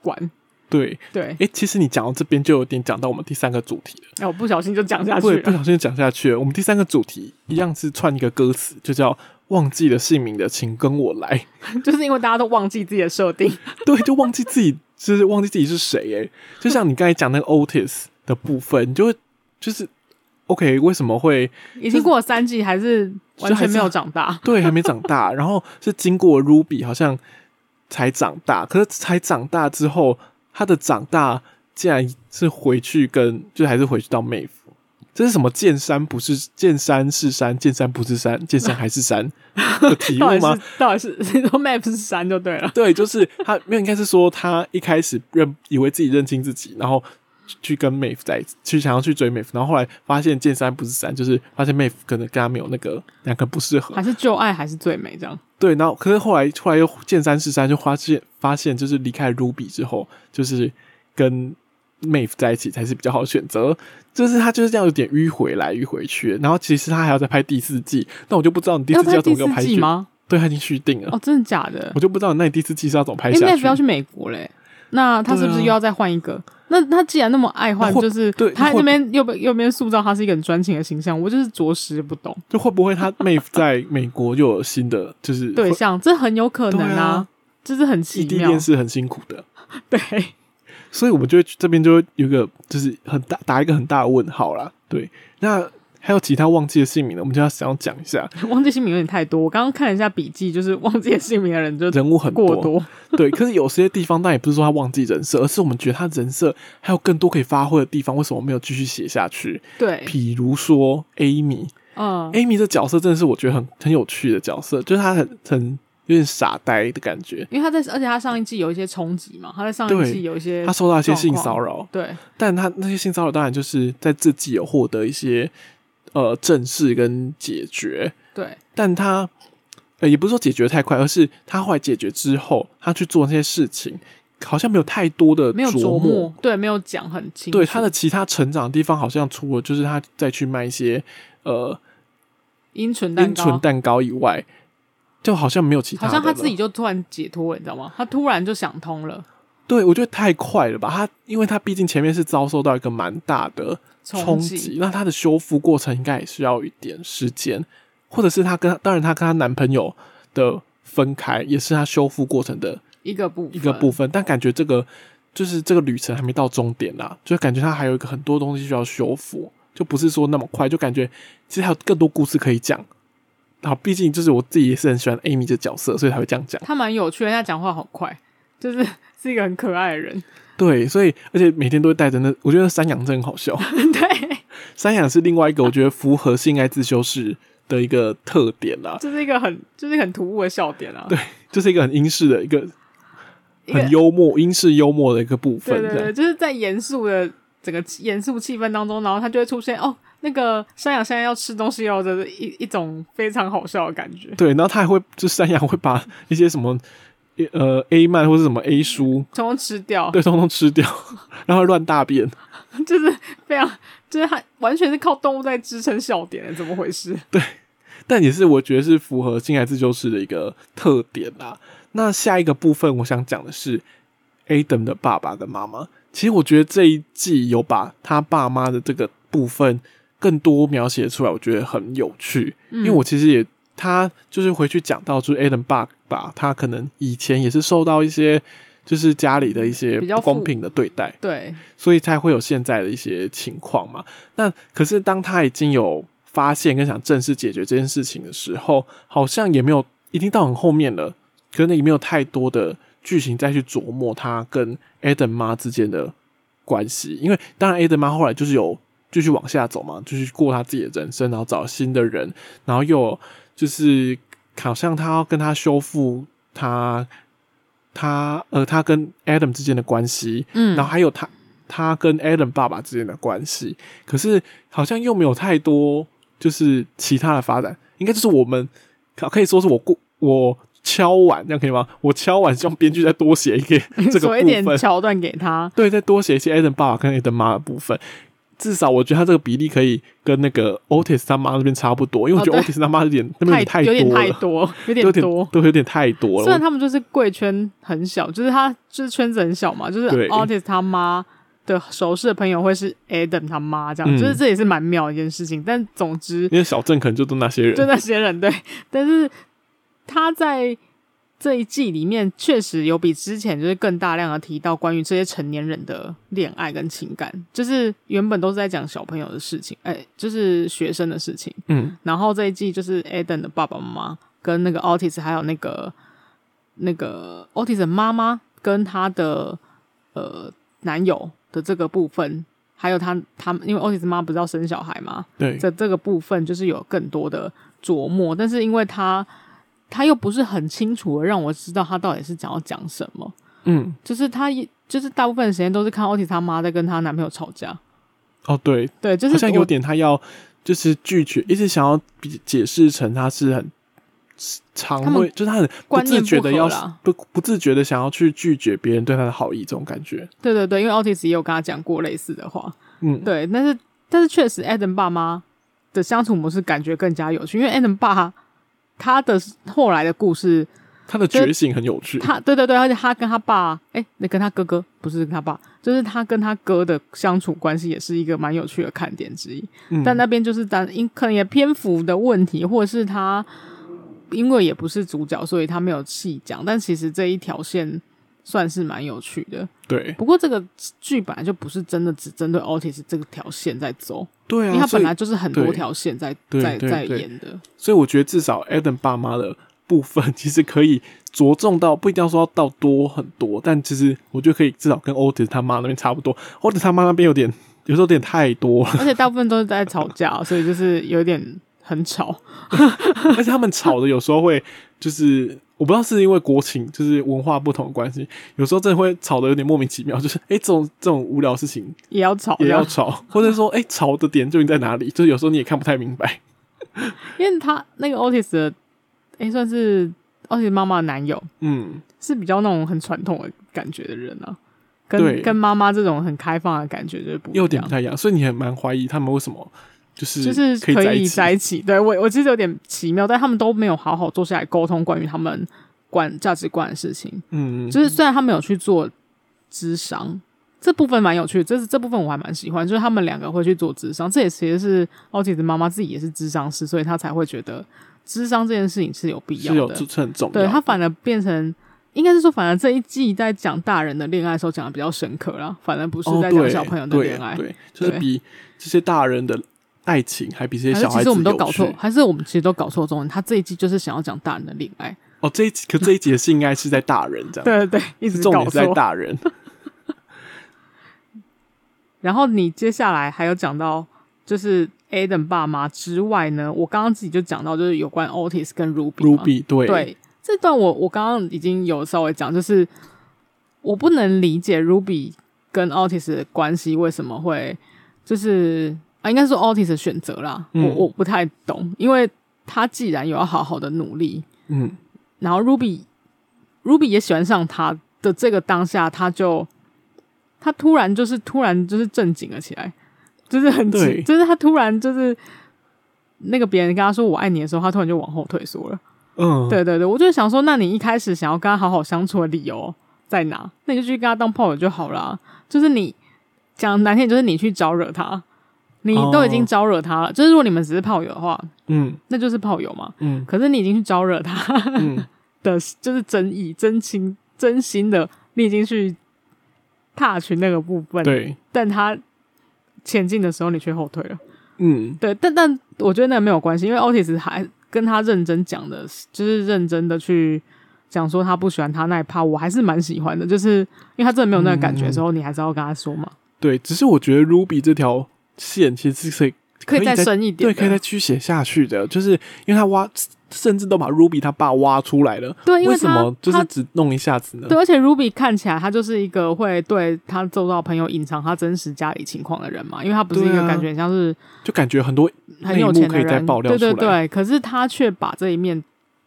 Speaker 2: 观。
Speaker 1: 对，
Speaker 2: 对，
Speaker 1: 哎，其实你讲到这边就有点讲到我们第三个主题了，
Speaker 2: 哎，我不小心就讲下去
Speaker 1: 对，不
Speaker 2: 了。
Speaker 1: 小心讲下去了。我们第三个主题一样是串一个歌词，就叫“忘记了姓名的，请跟我来
Speaker 2: 就是因为大家都忘记自己的设定，”。
Speaker 1: 对，就忘记自己，就是忘记自己是谁。哎，就像你刚才讲那个 Otis 的部分，你就会就是 OK，为什么会
Speaker 2: 已经过了三季，还是完全没有长 大。
Speaker 1: 对，还没长大。然后是经过 Ruby 好像才长大，可是才长大之后，他的长大竟然是回去跟，就还是回去当妹夫。这是什么？见山不是见山是山，见山不是山，见山还是山的题
Speaker 2: 到
Speaker 1: 目
Speaker 2: 底
Speaker 1: 吗
Speaker 2: 是？到底是说 map 是山就对了，
Speaker 1: 对，就是他没有，应该是说他一开始认以为自己认清自己，然后去去跟妹夫在一起，去想要去追妹夫，然后后来发现见山不是山，就是发现妹夫可能跟他没有那个两个不适合，
Speaker 2: 还是旧爱还是最美这样？
Speaker 1: 对，然后可是后来后来又见山是山，就发现发现就是离开 Ruby 之后，就是跟 Mave 在一起才是比较好的选择。就是他就是这样有点迂回来迂回去，然后其实他还要再拍第四季，那我就不知道你第
Speaker 2: 要
Speaker 1: 四季
Speaker 2: 拍
Speaker 1: 要怎
Speaker 2: 第
Speaker 1: 么给我
Speaker 2: 四
Speaker 1: 拍
Speaker 2: 季
Speaker 1: 去。
Speaker 2: 吗？
Speaker 1: 对，他已经续订了，
Speaker 2: 哦，真的假的
Speaker 1: 我？就不知道那你第四季是要怎么拍
Speaker 2: 因为
Speaker 1: 下
Speaker 2: Map
Speaker 1: 去。
Speaker 2: 要去美国嘞，那他是不是
Speaker 1: 对啊
Speaker 2: 又要再换一个？那他既然那么爱换，
Speaker 1: 那会
Speaker 2: 就是
Speaker 1: 对
Speaker 2: 他
Speaker 1: 那
Speaker 2: 在那
Speaker 1: 会
Speaker 2: 边右边右边塑造他是一个很专情的形象，我就是着实不懂
Speaker 1: 就会不会他 Mave 在美国又有新的就是
Speaker 2: 对象，这很有可能
Speaker 1: 对啊
Speaker 2: 这是很
Speaker 1: 异
Speaker 2: 奇
Speaker 1: 地
Speaker 2: 妙
Speaker 1: 恋。是很辛苦的，
Speaker 2: 对，
Speaker 1: 所以我们就会这边就会有一个就是很大打一个很大的问号啦。对，那还有其他忘记的姓名呢，我们就要想要讲一下。
Speaker 2: 忘记姓名有点太多，我刚刚看了一下笔记，就是忘记姓名的人就
Speaker 1: 人物很
Speaker 2: 呃过多。
Speaker 1: 对。可是有些地方，但也不是说他忘记人设，而是我们觉得他人设还有更多可以发挥的地方，为什么没有继续写下去？
Speaker 2: 对，
Speaker 1: 比如说 Amy，Amy
Speaker 2: 嗯，
Speaker 1: 这角色真的是我觉得很很有趣的角色，就是他很很有点傻呆的感觉，
Speaker 2: 因为他在，而且他上一季有一些冲击嘛，他在上一
Speaker 1: 对
Speaker 2: 季有一些
Speaker 1: 他受到一些性
Speaker 2: 状况
Speaker 1: 骚扰，
Speaker 2: 对
Speaker 1: 但他那些性骚扰当然就是在自己有获得一些呃正视跟解决，
Speaker 2: 对
Speaker 1: 但他呃也不是说解决太快，而是他后来解决之后，他去做那些事情，好像没有太多的
Speaker 2: 没有
Speaker 1: 琢
Speaker 2: 琢磨，对没有讲很清楚，
Speaker 1: 对他的其他成长的地方，好像除了就是他再去卖一些呃
Speaker 2: 阴唇蛋
Speaker 1: 樱
Speaker 2: 糕
Speaker 1: 醇蛋糕以外，就好像没有其他
Speaker 2: 好
Speaker 1: 的
Speaker 2: 像他
Speaker 1: 了
Speaker 2: 自己就突然解脱了，你知道吗？他突然就想通了，
Speaker 1: 对我觉得太快了吧？他因为他毕竟前面是遭受到一个蛮大的冲
Speaker 2: 击
Speaker 1: 击，那他的修复过程应该也需要一点时间，或者是他跟当然他跟他男朋友的分开也是他修复过程的
Speaker 2: 一个部分
Speaker 1: 一个部分，但感觉这个就是这个旅程还没到终点啦，就感觉它还有一个很多东西需要修复，就不是说那么快，就感觉其实还有更多故事可以讲。好，毕竟就是我自己也是很喜欢 Amy 这角色，所以才会这样讲。
Speaker 2: 他蛮有趣的，他讲话好快，就是是一个很可爱的人。
Speaker 1: 对，所以而且每天都会带着那，我觉得山羊真的很好笑。
Speaker 2: 对，
Speaker 1: 山羊是另外一个我觉得符合性爱自修室的一个特点啦，
Speaker 2: 这是一个很就是一个很突兀的笑点啊。
Speaker 1: 对就是一个很英式的一个
Speaker 2: 一个
Speaker 1: 很幽默英式幽默的一个部分
Speaker 2: 对
Speaker 1: 这样。
Speaker 2: 对对，就是在严肃的整个气严肃气氛当中，然后他就会出现哦，那个山羊现在要吃东西哦，这是一一种非常好笑的感觉，
Speaker 1: 对，然后他还会，就山羊会把一些什么呃 A 漫或是什么 A 书，
Speaker 2: 通通吃掉，
Speaker 1: 对，通通吃掉，然后还乱大便。
Speaker 2: 就是非常就是他完全是靠动物在支撑笑点的，怎么回事？
Speaker 1: 但也是我觉得是符合性爱自救式的一个特点啦。那下一个部分我想讲的是 Adam 的爸爸跟妈妈。其实我觉得这一季有把他爸妈的这个部分更多描写出来，我觉得很有趣。
Speaker 2: 嗯
Speaker 1: 因为我其实也他就是回去讲到，就是 Adam 爸爸他可能以前也是受到一些就是家里的一些
Speaker 2: 比较
Speaker 1: 不
Speaker 2: 负
Speaker 1: 公平的对待，
Speaker 2: 对，
Speaker 1: 所以才会有现在的一些情况嘛。那可是当他已经有发现跟想正式解决这件事情的时候，好像也没有已经到很后面了，可能也没有太多的剧情再去琢磨他跟 Adam 妈之间的关系，因为当然 Adam 妈后来就是有继续往下走嘛，继续过他自己的人生，然后找新的人，然后又有就是好像他要跟他修复他他呃他跟 Adam 之间的关系，
Speaker 2: 嗯，
Speaker 1: 然后还有他他跟 Adam 爸爸之间的关系，可是好像又没有太多就是其他的发展，应该就是我们可可以说是我过我敲碗，这样可以吗？我敲碗希望编剧再多写 一点这个
Speaker 2: 嗯所一
Speaker 1: 部
Speaker 2: 点
Speaker 1: 分，
Speaker 2: 桥段给他，
Speaker 1: 对，再多写一些 Adam 爸爸跟 Adam 妈的部分。至少我觉得他这个比例可以跟那个 Otis 他妈那边差不多，因为我觉得
Speaker 2: 哦对
Speaker 1: Otis 他妈有点、那边
Speaker 2: 太
Speaker 1: 有
Speaker 2: 有
Speaker 1: 点
Speaker 2: 点
Speaker 1: 太多
Speaker 2: 太
Speaker 1: 了，
Speaker 2: 多，有
Speaker 1: 有
Speaker 2: 点多。
Speaker 1: 都有点太多了。
Speaker 2: 虽然
Speaker 1: 我
Speaker 2: 他们就是贵圈很小，就是他就是圈子很小嘛，就是
Speaker 1: 对
Speaker 2: Otis 他妈的熟识的朋友会是 Adam 他妈这样，
Speaker 1: 嗯
Speaker 2: 就是这也是蛮妙的一件事情。但总之，
Speaker 1: 因为小镇可能就都那些人，
Speaker 2: 就那些人对，但是他在这一季里面确实有比之前就是更大量的提到关于这些成年人的恋爱跟情感，就是原本都是在讲小朋友的事情，哎、就是学生的事情，
Speaker 1: 嗯，
Speaker 2: 然后这一季就是 Eden 的爸爸妈妈跟那个 Otis 还有那个那个 Otis 的妈妈跟她的呃男友的这个部分，还有他他们因为 Otis 妈不是要生小孩嘛，
Speaker 1: 对，
Speaker 2: 在这个部分就是有更多的琢磨，但是因为他他又不是很清楚的让我知道他到底是想要讲什么，
Speaker 1: 嗯，
Speaker 2: 就是他也就是大部分时间都是看奥提他妈在跟她男朋友吵架，
Speaker 1: 哦，对，
Speaker 2: 对，就是
Speaker 1: 好像有
Speaker 2: 我
Speaker 1: 点他要就是拒绝，一直想要比解释成他是很常
Speaker 2: 他们
Speaker 1: 会，就是他很不
Speaker 2: 观念
Speaker 1: 自觉的
Speaker 2: 不合
Speaker 1: 要
Speaker 2: 啦
Speaker 1: 不不自觉的想要去拒绝别人对他的好意，这种感觉，
Speaker 2: 对对对，因为奥提斯也有跟他讲过类似的话，
Speaker 1: 嗯，
Speaker 2: 对，但是但是确实 Adam 爸妈的相处模式感觉更加有趣，因为 Adam 爸他的后来的故事
Speaker 1: 他的
Speaker 2: 就
Speaker 1: 觉醒很有趣，
Speaker 2: 他对对对，而且他跟他爸，哎、那跟他哥哥不是跟他爸，就是他跟他哥的相处关系也是一个蛮有趣的看点之一。
Speaker 1: 嗯
Speaker 2: 但那边就是单因可能也篇幅的问题，或者是他因为也不是主角，所以他没有细讲。但其实这一条线算是蛮有趣的。
Speaker 1: 对
Speaker 2: 不过这个剧本来就不是真的只针对 Otis 这条线在走，
Speaker 1: 对
Speaker 2: 因
Speaker 1: 啊，
Speaker 2: 为他
Speaker 1: 所
Speaker 2: 本
Speaker 1: 以
Speaker 2: 来就是很多
Speaker 1: 对
Speaker 2: 条线在
Speaker 1: 对
Speaker 2: 在
Speaker 1: 对
Speaker 2: 在
Speaker 1: 对
Speaker 2: 演的。
Speaker 1: 所以我觉得至少 Adam 爸妈的部分其实可以着重到，不一定要说到多很多，但其实我觉得可以至少跟 Otis 他妈那边差不多，Otis 他妈那边有点有时候有点太多了，
Speaker 2: 而且大部分都是在吵 架，所以就是有点很吵。
Speaker 1: 而且他们吵的有时候会就是。我不知道是因为国情就是文化不同的关系，有时候真的会吵得有点莫名其妙，就是哎、诶这种这种无聊的事情
Speaker 2: 也要吵，
Speaker 1: 也
Speaker 2: 这
Speaker 1: 要
Speaker 2: 样
Speaker 1: 吵，或者说哎、诶吵的点究竟在哪里？就是有时候你也看不太明白。
Speaker 2: 因为他那个 Otis 的，哎、算是 Otis 妈妈的男友，
Speaker 1: 嗯，
Speaker 2: 是比较那种很传统的感觉的人啊，跟
Speaker 1: 对
Speaker 2: 跟妈妈这种很开放的感觉就是不一
Speaker 1: 又有点
Speaker 2: 样
Speaker 1: 不，太一样，所以你还蛮怀疑他们为什么就是
Speaker 2: 就是
Speaker 1: 可以在一
Speaker 2: 以
Speaker 1: 起。
Speaker 2: 在一起。对我，我其实有点奇妙，但他们都没有好好坐下来沟通关于他们观价值观的事情。
Speaker 1: 嗯，
Speaker 2: 就是虽然他们有去做智商。这部分蛮有趣的，这是这部分我还蛮喜欢，就是他们两个会去做智商，这也其实是奥吉的妈妈自己也是智商师，所以她才会觉得智商这件事情是有必
Speaker 1: 是
Speaker 2: 要的，
Speaker 1: 有这是很重要的。
Speaker 2: 对他反而变成，应该是说，反而这一季在讲大人的恋爱的时候讲的比较深刻啦，反而不是
Speaker 1: 哦
Speaker 2: 在讲
Speaker 1: 对
Speaker 2: 小朋友的
Speaker 1: 对
Speaker 2: 恋爱。
Speaker 1: 对，就是
Speaker 2: 对
Speaker 1: 比这些大人的爱情还比这些
Speaker 2: 还是
Speaker 1: 小
Speaker 2: 其
Speaker 1: 孩
Speaker 2: 实
Speaker 1: 子
Speaker 2: 我们都
Speaker 1: 有
Speaker 2: 搞错
Speaker 1: 趣，
Speaker 2: 还是我们其实都搞错重点。他这一季就是想要讲大人的恋爱，
Speaker 1: 哦。这一集可这一集的性爱是在大人这样，
Speaker 2: 对对对，一直
Speaker 1: 重
Speaker 2: 搞
Speaker 1: 点是在
Speaker 2: 错。
Speaker 1: 大人。
Speaker 2: 然后你接下来还有讲到，就是 Adam 爸妈之外呢，我刚刚自己就讲到，就是有关 Otis 跟 Ruby 嘛。
Speaker 1: Ruby 对
Speaker 2: 对这段我我刚刚已经有稍微讲，就是我不能理解 Ruby 跟 Otis 的关系为什么会就是啊，应该是说 Otis 的选择啦，
Speaker 1: 嗯
Speaker 2: 我我不太懂，因为他既然有要好好的努力，
Speaker 1: 嗯，
Speaker 2: 然后 Ruby Ruby 也喜欢上他的这个当下，他就他突然就是突然就是正经了起来，就是很
Speaker 1: 对
Speaker 2: 就是他突然就是那个别人跟他说我爱你的时候，他突然就往后退缩了。
Speaker 1: 嗯，
Speaker 2: 对对对，我就想说，那你一开始想要跟他好好相处的理由在哪？那你就去跟他当炮友就好啦。就是你讲难听，就是你去招惹他，你都已经
Speaker 1: 哦
Speaker 2: 招惹他了。就是如果你们只是炮友的话，
Speaker 1: 嗯
Speaker 2: 那就是炮友嘛。
Speaker 1: 嗯
Speaker 2: 可是你已经去招惹他
Speaker 1: 嗯，
Speaker 2: 的，就是真意、真情、真心的，你已经去踏去那个部分。，
Speaker 1: 对，
Speaker 2: 但他前进的时候，你却后退了。
Speaker 1: 嗯
Speaker 2: 对，但但我觉得那没有关系，因为 Otis 还跟他认真讲的，就是认真的去讲说他不喜欢他那一趴，我还是蛮喜欢的，就是因为他真的没有那个感觉的时
Speaker 1: 嗯
Speaker 2: 候，你还是要跟他说嘛，
Speaker 1: 对。只是我觉得 Ruby 这条线其实是可以
Speaker 2: 可以
Speaker 1: 以
Speaker 2: 再
Speaker 1: 再
Speaker 2: 深一点
Speaker 1: 对，
Speaker 2: 的，
Speaker 1: 可以再继续写下去的，就是因为他挖甚至都把 Ruby 他爸挖出来了，
Speaker 2: 对，因
Speaker 1: 为
Speaker 2: 为
Speaker 1: 什
Speaker 2: 他
Speaker 1: 么就是
Speaker 2: 他
Speaker 1: 只弄一下子呢？
Speaker 2: 对，而且 Ruby 看起来他就是一个会对他周遭的朋友隐藏他真实家里情况的人嘛，因为他不是一
Speaker 1: 对
Speaker 2: 个
Speaker 1: 啊
Speaker 2: 感觉像是
Speaker 1: 就感觉很多
Speaker 2: 很有钱的
Speaker 1: 内幕可以再
Speaker 2: 人，
Speaker 1: 爆料
Speaker 2: 对对
Speaker 1: 出来
Speaker 2: 对，可是他却把这一面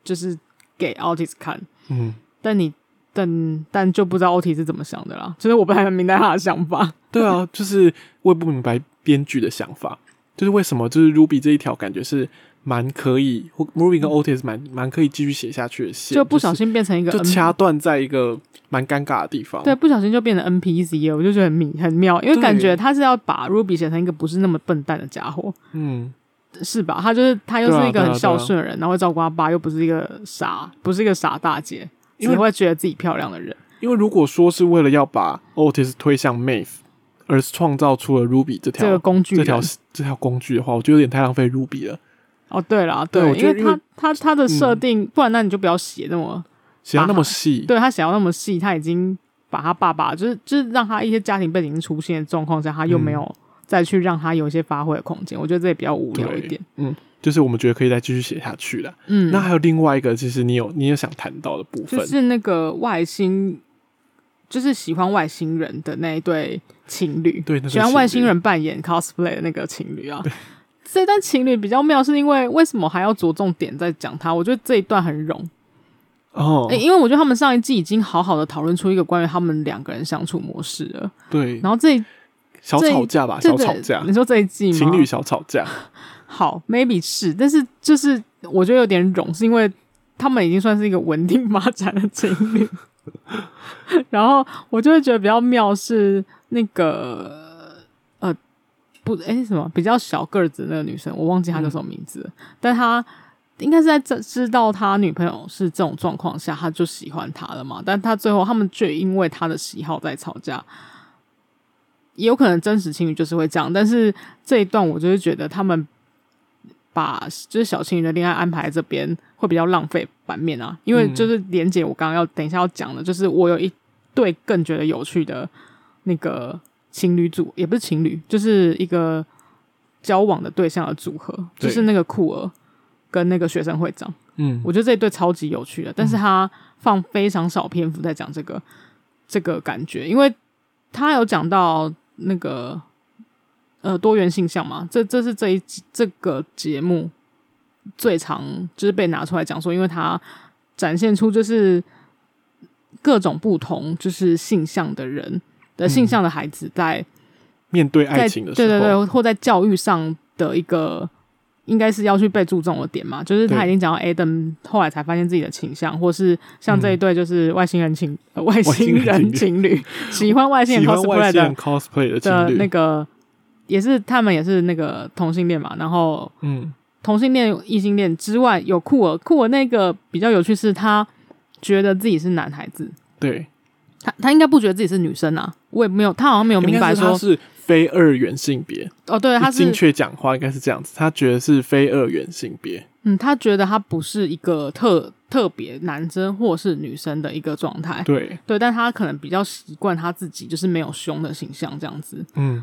Speaker 2: 就是给 Otis 看，
Speaker 1: 嗯，
Speaker 2: 但你但但就不知道 Otis 是怎么想的啦，就是我不太明白他的想法，
Speaker 1: 对啊，就是我也不明白编剧的想法，就是为什么就是 Ruby 这一条感觉是蛮可以或，Ruby 跟 Otis 蛮蛮可以继续写下去的线，
Speaker 2: 嗯就不小
Speaker 1: 是
Speaker 2: 心变成一 个
Speaker 1: 就
Speaker 2: N-
Speaker 1: 掐断在一个蛮尴尬的地方。
Speaker 2: 对，不小心就变成 NPC 了，我就觉得很迷很妙，因为
Speaker 1: 对
Speaker 2: 感觉他是要把 Ruby 写成一个不是那么笨蛋的家伙，
Speaker 1: 嗯，
Speaker 2: 是吧？他就是他又
Speaker 1: 对
Speaker 2: 是
Speaker 1: 啊
Speaker 2: 一个
Speaker 1: 对啊
Speaker 2: 很
Speaker 1: 对
Speaker 2: 孝
Speaker 1: 啊
Speaker 2: 顺的人，然后会照顾他爸，又不是一个傻，不是一个傻大姐，
Speaker 1: 因
Speaker 2: 只
Speaker 1: 为
Speaker 2: 会觉得自己漂亮的人。
Speaker 1: 因为如果说是为了要把 Otis 推向 Maeve，而创造出了 Ruby 这条
Speaker 2: 这个工具
Speaker 1: 这
Speaker 2: 人
Speaker 1: 条这条工具的话，我觉得有点太浪费 Ruby 了，
Speaker 2: 哦，对啦，
Speaker 1: 对我觉
Speaker 2: 因
Speaker 1: 得
Speaker 2: 为
Speaker 1: 因为
Speaker 2: 他他他的设
Speaker 1: 嗯
Speaker 2: 定，不然那你就不要写那么，
Speaker 1: 写到那么细。
Speaker 2: 对他想要那么细，他已经把他爸爸就是就是让他一些家庭背景出现的状况下，他又
Speaker 1: 嗯
Speaker 2: 没有再去让他有一些发挥的空间，我觉得这也比较无聊一
Speaker 1: 对
Speaker 2: 点。
Speaker 1: 就是我们觉得可以再继续写下去了。
Speaker 2: 嗯，
Speaker 1: 那还有另外一个，其实你有你有想谈到的部分，
Speaker 2: 就是那个外星，就是喜欢外星人的那一对情侣，
Speaker 1: 对那对
Speaker 2: 喜欢外
Speaker 1: 情
Speaker 2: 星
Speaker 1: 侣
Speaker 2: 人扮演 cosplay 的那个情侣啊。这段情侣比较妙，是因为为什么还要着重点在讲他？我觉得这一段很冗，
Speaker 1: 哦，
Speaker 2: 诶因为我觉得他们上一季已经好好的讨论出一个关于他们两个人相处模式了。
Speaker 1: 对，
Speaker 2: 然后这一
Speaker 1: 小
Speaker 2: 这一
Speaker 1: 吵架吧，
Speaker 2: 这
Speaker 1: 啊小
Speaker 2: 个
Speaker 1: 吵架
Speaker 2: 你，说这一季吗？
Speaker 1: 情侣小吵架，
Speaker 2: 好，maybe 是，但是就是我觉得有点冗，是因为他们已经算是一个稳定 发展的情侣。 然后我就会觉得比较妙是那个呃不诶什么比较小个子的那个女生，我忘记她叫什么名字了，但她应该是在知知道她女朋友是这种状况下，她就喜欢她了嘛。但她最后他们却因为她的喜好在吵架，也有可能真实情侣就是会这样。但是这一段我就是觉得他们把就是小情侣的恋爱安排在这边会比较浪费版面啊，因为
Speaker 1: 嗯
Speaker 2: 就是连姐我刚刚要等一下要讲的，就是我有一对更觉得有趣的那个情侣组，也不是情侣，就是一个交往的对象的组合，
Speaker 1: 对
Speaker 2: 就是那个酷儿跟那个学生会长。
Speaker 1: 嗯，
Speaker 2: 我觉得这一对超级有趣的，但是他放非常少篇幅在讲这个这个感觉，因为他有讲到那个呃多元性向嘛，这这是这一集这个节目最常就是被拿出来讲说，因为它展现出就是各种不同就是性向的人的性向的孩子在、
Speaker 1: 面对
Speaker 2: 在
Speaker 1: 爱情的时
Speaker 2: 对
Speaker 1: 候，
Speaker 2: 对对，或在教育上的一个应该是要去被注重的点嘛，就是他
Speaker 1: 对
Speaker 2: 已经讲到 Adam 后来才发现自己的倾向，或是像
Speaker 1: 嗯
Speaker 2: 这一对就是外星人情、呃、外星人情侣喜欢外星人
Speaker 1: 喜欢外
Speaker 2: cosplay
Speaker 1: 星
Speaker 2: 的
Speaker 1: 人 cosplay 的
Speaker 2: 的
Speaker 1: 情
Speaker 2: 那
Speaker 1: 侣，
Speaker 2: 个，也是他们也是那个同性恋嘛，然后
Speaker 1: 嗯，
Speaker 2: 同性恋、异性恋之外有酷儿，酷儿那个比较有趣是他觉得自己是男孩子。
Speaker 1: 对，
Speaker 2: 他他应该不觉得自己是女生啊，我也没有，他好像没有明白
Speaker 1: 应该是他
Speaker 2: 说，
Speaker 1: 是非二元性别，
Speaker 2: 哦，对，他是
Speaker 1: 精确讲话应该是这样子，他觉得是非二元性别，
Speaker 2: 嗯，他觉得他不是一个特特别男生或是女生的一个状态，
Speaker 1: 对，
Speaker 2: 对，但他可能比较习惯他自己就是没有胸的形象这样子，
Speaker 1: 嗯，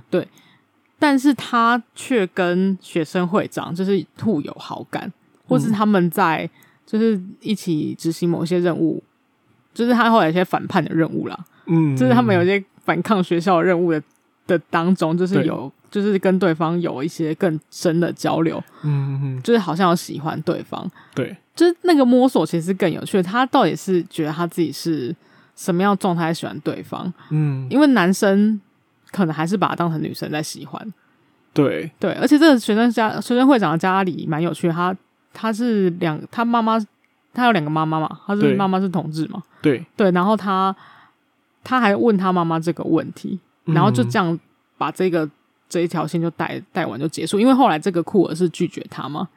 Speaker 2: 但是他却跟学生会长就是互有好感，或是
Speaker 1: 嗯
Speaker 2: 他们在就是一起执行某些任务，就是他后来有一些反叛的任务啦，
Speaker 1: 嗯，
Speaker 2: 就是他们有一些反抗学校的任务的的当中，就是
Speaker 1: 对
Speaker 2: 有就是跟对方有一些更深的交流，
Speaker 1: 嗯，嗯嗯，
Speaker 2: 就是好像有喜欢对方，
Speaker 1: 对，
Speaker 2: 就是那个摸索其实更有趣，他到底是觉得他自己是什么样的状态喜欢对方，
Speaker 1: 嗯，
Speaker 2: 因为男生可能还是把他当成女生在喜欢，
Speaker 1: 对，
Speaker 2: 对，而且这个学生家学生会长的家里蛮有趣的，他他是两他妈妈他有两个妈妈嘛，他是
Speaker 1: 对
Speaker 2: 妈妈是同志嘛，
Speaker 1: 对，
Speaker 2: 对，然后他他还问他妈妈这个问题，
Speaker 1: 嗯
Speaker 2: 然后就这
Speaker 1: 样，
Speaker 2: 样把这个。这一条线就带带完就结束，因为后来这个库尔是拒绝他嘛，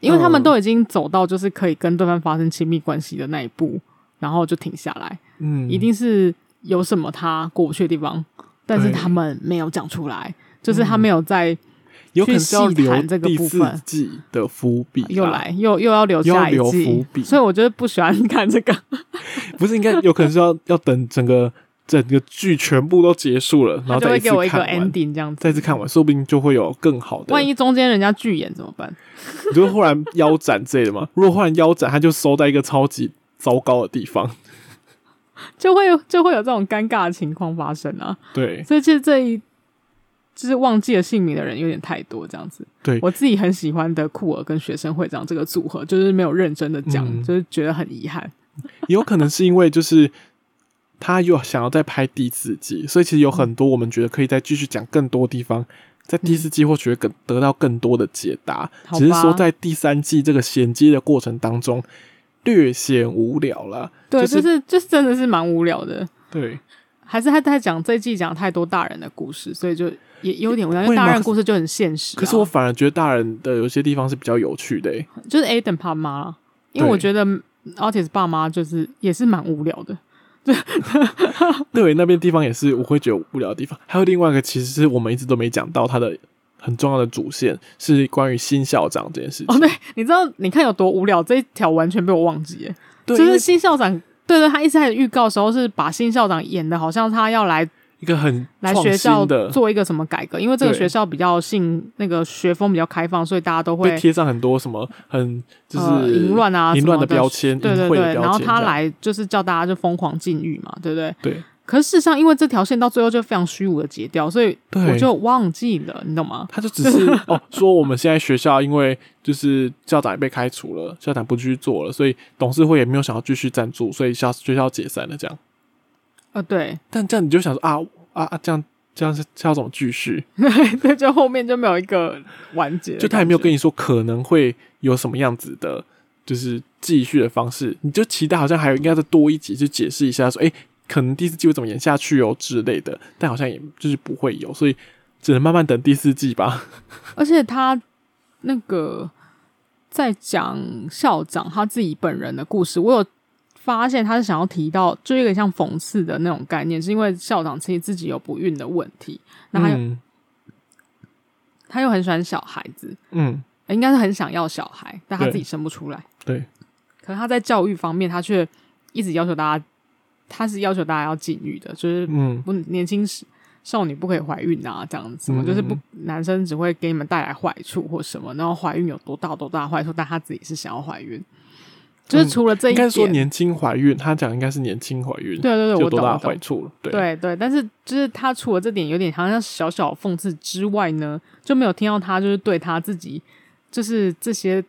Speaker 2: 因为他
Speaker 1: 嗯
Speaker 2: 们都已经走到就是可以跟对方发生亲密关系的那一步，然后就停下来，
Speaker 1: 嗯，
Speaker 2: 一定是有什么他过不去的地方，但是
Speaker 1: 对嗯
Speaker 2: 他们没有讲出来，就是他没有在
Speaker 1: 有可能
Speaker 2: 去
Speaker 1: 是要
Speaker 2: 细谈
Speaker 1: 留
Speaker 2: 这个
Speaker 1: 第
Speaker 2: 部
Speaker 1: 四
Speaker 2: 分
Speaker 1: 季的伏笔啦，
Speaker 2: 又来又又要留
Speaker 1: 又要
Speaker 2: 下一
Speaker 1: 留伏
Speaker 2: 季
Speaker 1: 笔，
Speaker 2: 所以我就是不喜欢看这个。
Speaker 1: 不是应该有可能是要要等整个整个剧全部都结束了，然
Speaker 2: 他
Speaker 1: 后
Speaker 2: 就
Speaker 1: 再
Speaker 2: 会
Speaker 1: 一次
Speaker 2: 给我一
Speaker 1: 看
Speaker 2: 个
Speaker 1: 完，
Speaker 2: ending 这样子。
Speaker 1: 再一次看完，说不定就会有更好的。
Speaker 2: 万一中间人家拒演怎么办？
Speaker 1: 你就会忽然腰斩之类的嘛？如果忽然腰斩，他就收在一个超级糟糕的地方。
Speaker 2: 就会就会有这种尴尬的情况发生啊。
Speaker 1: 对，
Speaker 2: 所以其实这一就是忘记了姓名的人有点太多，这样子。
Speaker 1: 对
Speaker 2: 我自己很喜欢的酷儿跟学生会长这个组合，就是没有认真的讲，
Speaker 1: 嗯
Speaker 2: 就是觉得很遗憾。
Speaker 1: 也有可能是因为就是他又想要再拍第四季，所以其实有很多我们觉得可以再继续讲更多地方，在第四季或许会更得到更多的解答。
Speaker 2: 嗯好吧
Speaker 1: 只是说在第三季这个衔接的过程当中，略显无聊了。就
Speaker 2: 对，
Speaker 1: 是
Speaker 2: 就是、就是真的是蛮无聊的。
Speaker 1: 对，
Speaker 2: 还是他在讲这一季讲太多大人的故事，所以就也有点无聊。因
Speaker 1: 会
Speaker 2: 为
Speaker 1: 吗
Speaker 2: 大人故事就很现实、啊。
Speaker 1: 可是我反而觉得大人的有些地方是比较有趣的、欸。
Speaker 2: 就是 Aiden 爸妈，因为
Speaker 1: 对
Speaker 2: 我觉得 Otis 爸妈就是也是蛮无聊的。
Speaker 1: 对，那边地方也是我会觉得无聊的地方。还有另外一个，其实是我们一直都没讲到它的很重要的主线，是关于新校长这件事情。
Speaker 2: 哦，对，你知道你看有多无聊，这一条完全被我忘记耶。
Speaker 1: 对，
Speaker 2: 就
Speaker 1: 因
Speaker 2: 是
Speaker 1: 为
Speaker 2: 新校长，对对，他一直在预告的时候是把新校长演的，好像他要来
Speaker 1: 一个很
Speaker 2: 来
Speaker 1: 创
Speaker 2: 学校
Speaker 1: 新的，
Speaker 2: 做一个什么改革，因为这个
Speaker 1: 对
Speaker 2: 学校比较性那个学风比较开放，所以大家都会
Speaker 1: 被贴上很多什么很就是、
Speaker 2: 呃淫乱啊
Speaker 1: 淫乱
Speaker 2: 什么的
Speaker 1: 标签、
Speaker 2: 对
Speaker 1: 淫
Speaker 2: 对
Speaker 1: 秽
Speaker 2: 对
Speaker 1: 的，标
Speaker 2: 然后
Speaker 1: 签
Speaker 2: 他
Speaker 1: 这样
Speaker 2: 来就是叫大家就疯狂禁欲嘛，对不对？
Speaker 1: 对
Speaker 2: 可是事实上，因为这条线到最后就非常虚无的截掉，所以
Speaker 1: 对
Speaker 2: 我就忘记了，你懂吗？
Speaker 1: 他就只 是哦，说我们现在学校因为就是校长也被开除了，校长不继续做了，所以董事会也没有想要继续赞助，所以校学校解散了这样。
Speaker 2: 呃，对，
Speaker 1: 但这样你就想说啊啊啊，这样这样是这要怎么继续？
Speaker 2: 对，就后面就没有一个完结的感觉，
Speaker 1: 就他也没有跟你说可能会有什么样子的，就是继续的方式，你就期待好像还有应该再多一集去解释一下说，诶，可能第四季会怎么演下去哦之类的，但好像也就是不会有，所以只能慢慢等第四季吧。
Speaker 2: 而且他那个在讲校长他自己本人的故事，我有发现他是想要提到，就有点像讽刺的那种概念，是因为校长其实自己有不孕的问题，那他又、
Speaker 1: 嗯
Speaker 2: 他又很喜欢小孩子，
Speaker 1: 嗯，
Speaker 2: 呃应该是很想要小孩，但他
Speaker 1: 对
Speaker 2: 自己生不出来。
Speaker 1: 对，
Speaker 2: 可是他在教育方面，他却一直要求大家，他是要求大家要禁欲的，就是
Speaker 1: 嗯
Speaker 2: 不年轻时少女不可以怀孕啊，这样子嘛，
Speaker 1: 嗯
Speaker 2: 就是不男生只会给你们带来坏处或什么，然后怀孕有多大多大的坏处，但他自己是想要怀孕，就是除了这
Speaker 1: 嗯
Speaker 2: 一
Speaker 1: 应
Speaker 2: 点，
Speaker 1: 该说年轻怀孕，他讲应该是年轻怀孕，
Speaker 2: 对对对，
Speaker 1: 就多
Speaker 2: 我懂
Speaker 1: 大
Speaker 2: 我
Speaker 1: 的坏
Speaker 2: 懂。
Speaker 1: 处了？对，
Speaker 2: 对对，但是就是他除了这点有点好像小小讽刺之外呢，就没有听到他就是对他自己就是这些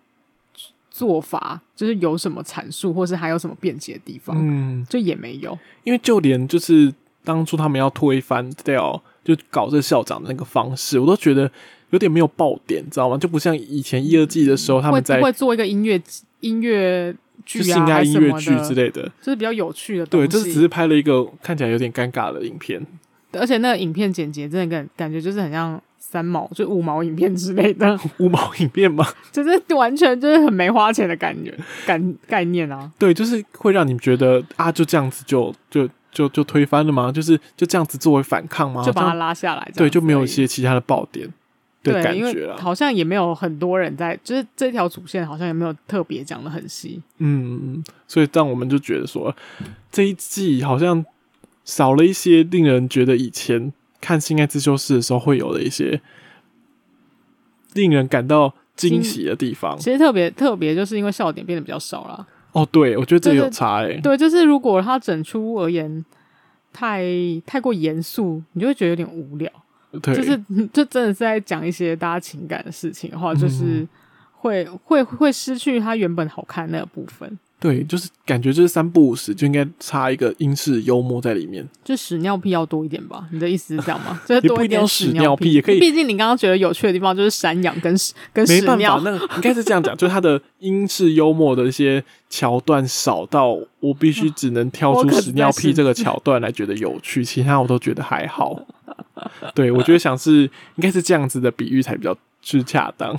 Speaker 2: 做法就是有什么阐述，或是还有什么辩解的地方，
Speaker 1: 嗯，
Speaker 2: 就也没有。
Speaker 1: 因为就连就是当初他们要推翻掉，就搞这校长的那个方式，我都觉得有点没有爆点，你知道吗？就不像以前一二季的时候，他
Speaker 2: 会
Speaker 1: 们在
Speaker 2: 会做一个音乐音乐
Speaker 1: 就
Speaker 2: 剧
Speaker 1: 性
Speaker 2: 啊，
Speaker 1: 爱
Speaker 2: 还
Speaker 1: 音
Speaker 2: 是什
Speaker 1: 乐
Speaker 2: 么
Speaker 1: 剧
Speaker 2: 的
Speaker 1: 之类的。
Speaker 2: 就是比较有趣的东
Speaker 1: 对，
Speaker 2: 西。
Speaker 1: 这只是拍了一个看起来有点尴尬的影片。
Speaker 2: 而且那个影片剪辑真的感感觉就是很像三毛，就五毛影片之类的，
Speaker 1: 五毛影片嘛，
Speaker 2: 就是完全就是很没花钱的感觉感概念啊。
Speaker 1: 对，就是会让你觉得啊，就这样子就就就就推翻了吗？就是就这样子作为反抗吗？
Speaker 2: 就把它
Speaker 1: 这样
Speaker 2: 拉下来这样子而
Speaker 1: 对，
Speaker 2: 已，
Speaker 1: 就没有一些其他的爆点的
Speaker 2: 对，
Speaker 1: 感
Speaker 2: 因
Speaker 1: 觉啊
Speaker 2: 为
Speaker 1: 了。
Speaker 2: 好像也没有很多人在，就是这条主线好像也没有特别讲的很细。
Speaker 1: 嗯，嗯所以让我们就觉得说，这一季好像少了一些令人觉得以前看《性爱自修室》的时候会有的一些令人感到惊
Speaker 2: 惊
Speaker 1: 喜的地方。
Speaker 2: 其实特别特别，就是因为笑点变得比较少啦。
Speaker 1: 哦，对，我觉得这
Speaker 2: 就是
Speaker 1: 有差哎、
Speaker 2: 对，就是如果它整出而言太太过严肃，你就会觉得有点无聊。
Speaker 1: 对，
Speaker 2: 就是就真的是在讲一些大家情感的事情的话，就是
Speaker 1: 嗯
Speaker 2: 会、会会失去它原本好看那个部分，
Speaker 1: 对，就是感觉就是三不五时就应该插一个英式幽默在里面。
Speaker 2: 就屎尿屁要多一点吧？你的意思是这样吗？就是
Speaker 1: 也不
Speaker 2: 多
Speaker 1: 一定要
Speaker 2: 点
Speaker 1: 屎
Speaker 2: 屎
Speaker 1: 尿屁
Speaker 2: 屁，
Speaker 1: 也可以
Speaker 2: 毕竟你刚刚觉得有趣的地方就是山羊跟屎跟
Speaker 1: 没
Speaker 2: 屎
Speaker 1: 办法
Speaker 2: 尿，，
Speaker 1: 那个应该是这样讲，就是他的英式幽默的一些桥段少到我必须只能挑出屎尿屁这个桥段来觉得有趣，其他我都觉得还好。 对，我觉得想是应该是这样子的比喻才比较是恰当，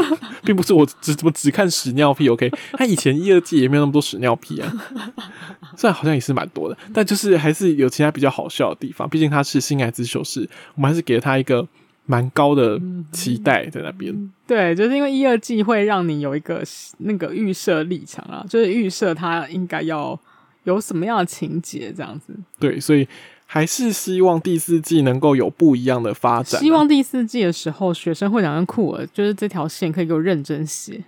Speaker 1: 并不是我只怎么只看屎尿屁。OK，他以前一二季也没有那么多屎尿屁啊，虽然好像也是蛮多的，但就是还是有其他比较好笑的地方。毕竟他是性爱之修士，我们还是给了他一个蛮高的期待在那边。
Speaker 2: 对，就是因为一二季会让你有一个那个预设立场啊，就是预设它应该要有什么样的情节这样子。
Speaker 1: 对，所以还是希望第四季能够有不一样的发展啊、
Speaker 2: 希望第四季的时候，学生会长跟酷儿就是这条线可以给我认真写，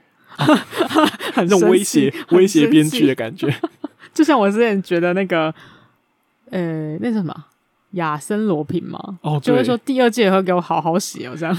Speaker 2: 很
Speaker 1: 那种
Speaker 2: 生
Speaker 1: 威
Speaker 2: 气
Speaker 1: 胁威胁编剧，
Speaker 2: 很
Speaker 1: 的
Speaker 2: 生气
Speaker 1: 感觉。
Speaker 2: 就像我之前觉得那个，呃，那是什么亚森罗平嘛，
Speaker 1: 哦，
Speaker 2: 就
Speaker 1: 对
Speaker 2: 会。说第二季也会给我好好写哦，这样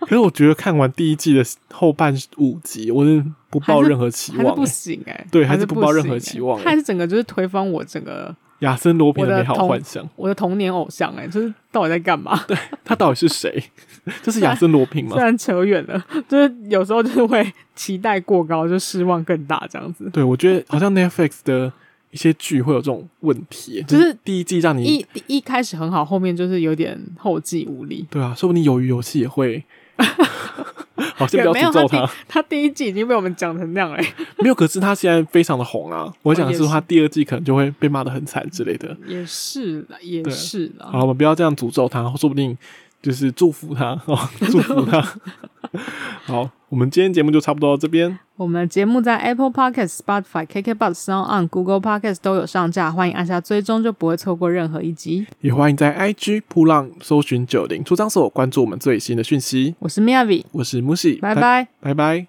Speaker 1: 可是我觉得看完第一季的后半五集，我是不抱任何期
Speaker 2: 还是
Speaker 1: 望欸。
Speaker 2: 不行哎、欸，
Speaker 1: 对
Speaker 2: 还
Speaker 1: 还是
Speaker 2: 不
Speaker 1: 不抱
Speaker 2: 行
Speaker 1: 任何
Speaker 2: 欸
Speaker 1: 期望欸
Speaker 2: 他还是整个就是推翻我整个
Speaker 1: 亚森罗平
Speaker 2: 我的
Speaker 1: 的美好
Speaker 2: 同
Speaker 1: 幻想，
Speaker 2: 我的童年偶像哎、欸，就是到底在干嘛？
Speaker 1: 他到底是谁？ 这是亚森罗平 吗
Speaker 2: 虽？然扯远了，就是有时候就是会期待过高，就失望更大这样子。
Speaker 1: 对，我觉得好像 Netflix 的一些剧会有这种问题，欸
Speaker 2: 就是
Speaker 1: 是第一季让你
Speaker 2: 一一开始很好，后面就是有点后继无力。
Speaker 1: 对啊，说不定鱿鱼游戏也 会， 好像不要
Speaker 2: 没有
Speaker 1: 诅
Speaker 2: 他
Speaker 1: 咒
Speaker 2: 第
Speaker 1: 他。
Speaker 2: 他第一季已经被我们讲成那样了欸，
Speaker 1: 没有，可是他现在非常的红啊。我想的是说，他第二季可能就会被骂的很惨之类的。
Speaker 2: 也是啦，也
Speaker 1: 对
Speaker 2: 是啦。
Speaker 1: 好，我们不要这样诅咒他，说不定就是祝福他 哦，祝福 他。好，我们今天节目就差不多到这边。
Speaker 2: 我们的节目在 Apple Podcast、Spotify、KKBox、Sound On、Google Podcast 都有上架，欢迎按下追踪，就不会错过任何一集。
Speaker 1: 也欢迎在 IG 扑浪搜寻九零出张所，关注我们最新的讯息。
Speaker 2: 我是 Miyavi，
Speaker 1: 我是木喜，
Speaker 2: 拜拜。
Speaker 1: 拜拜。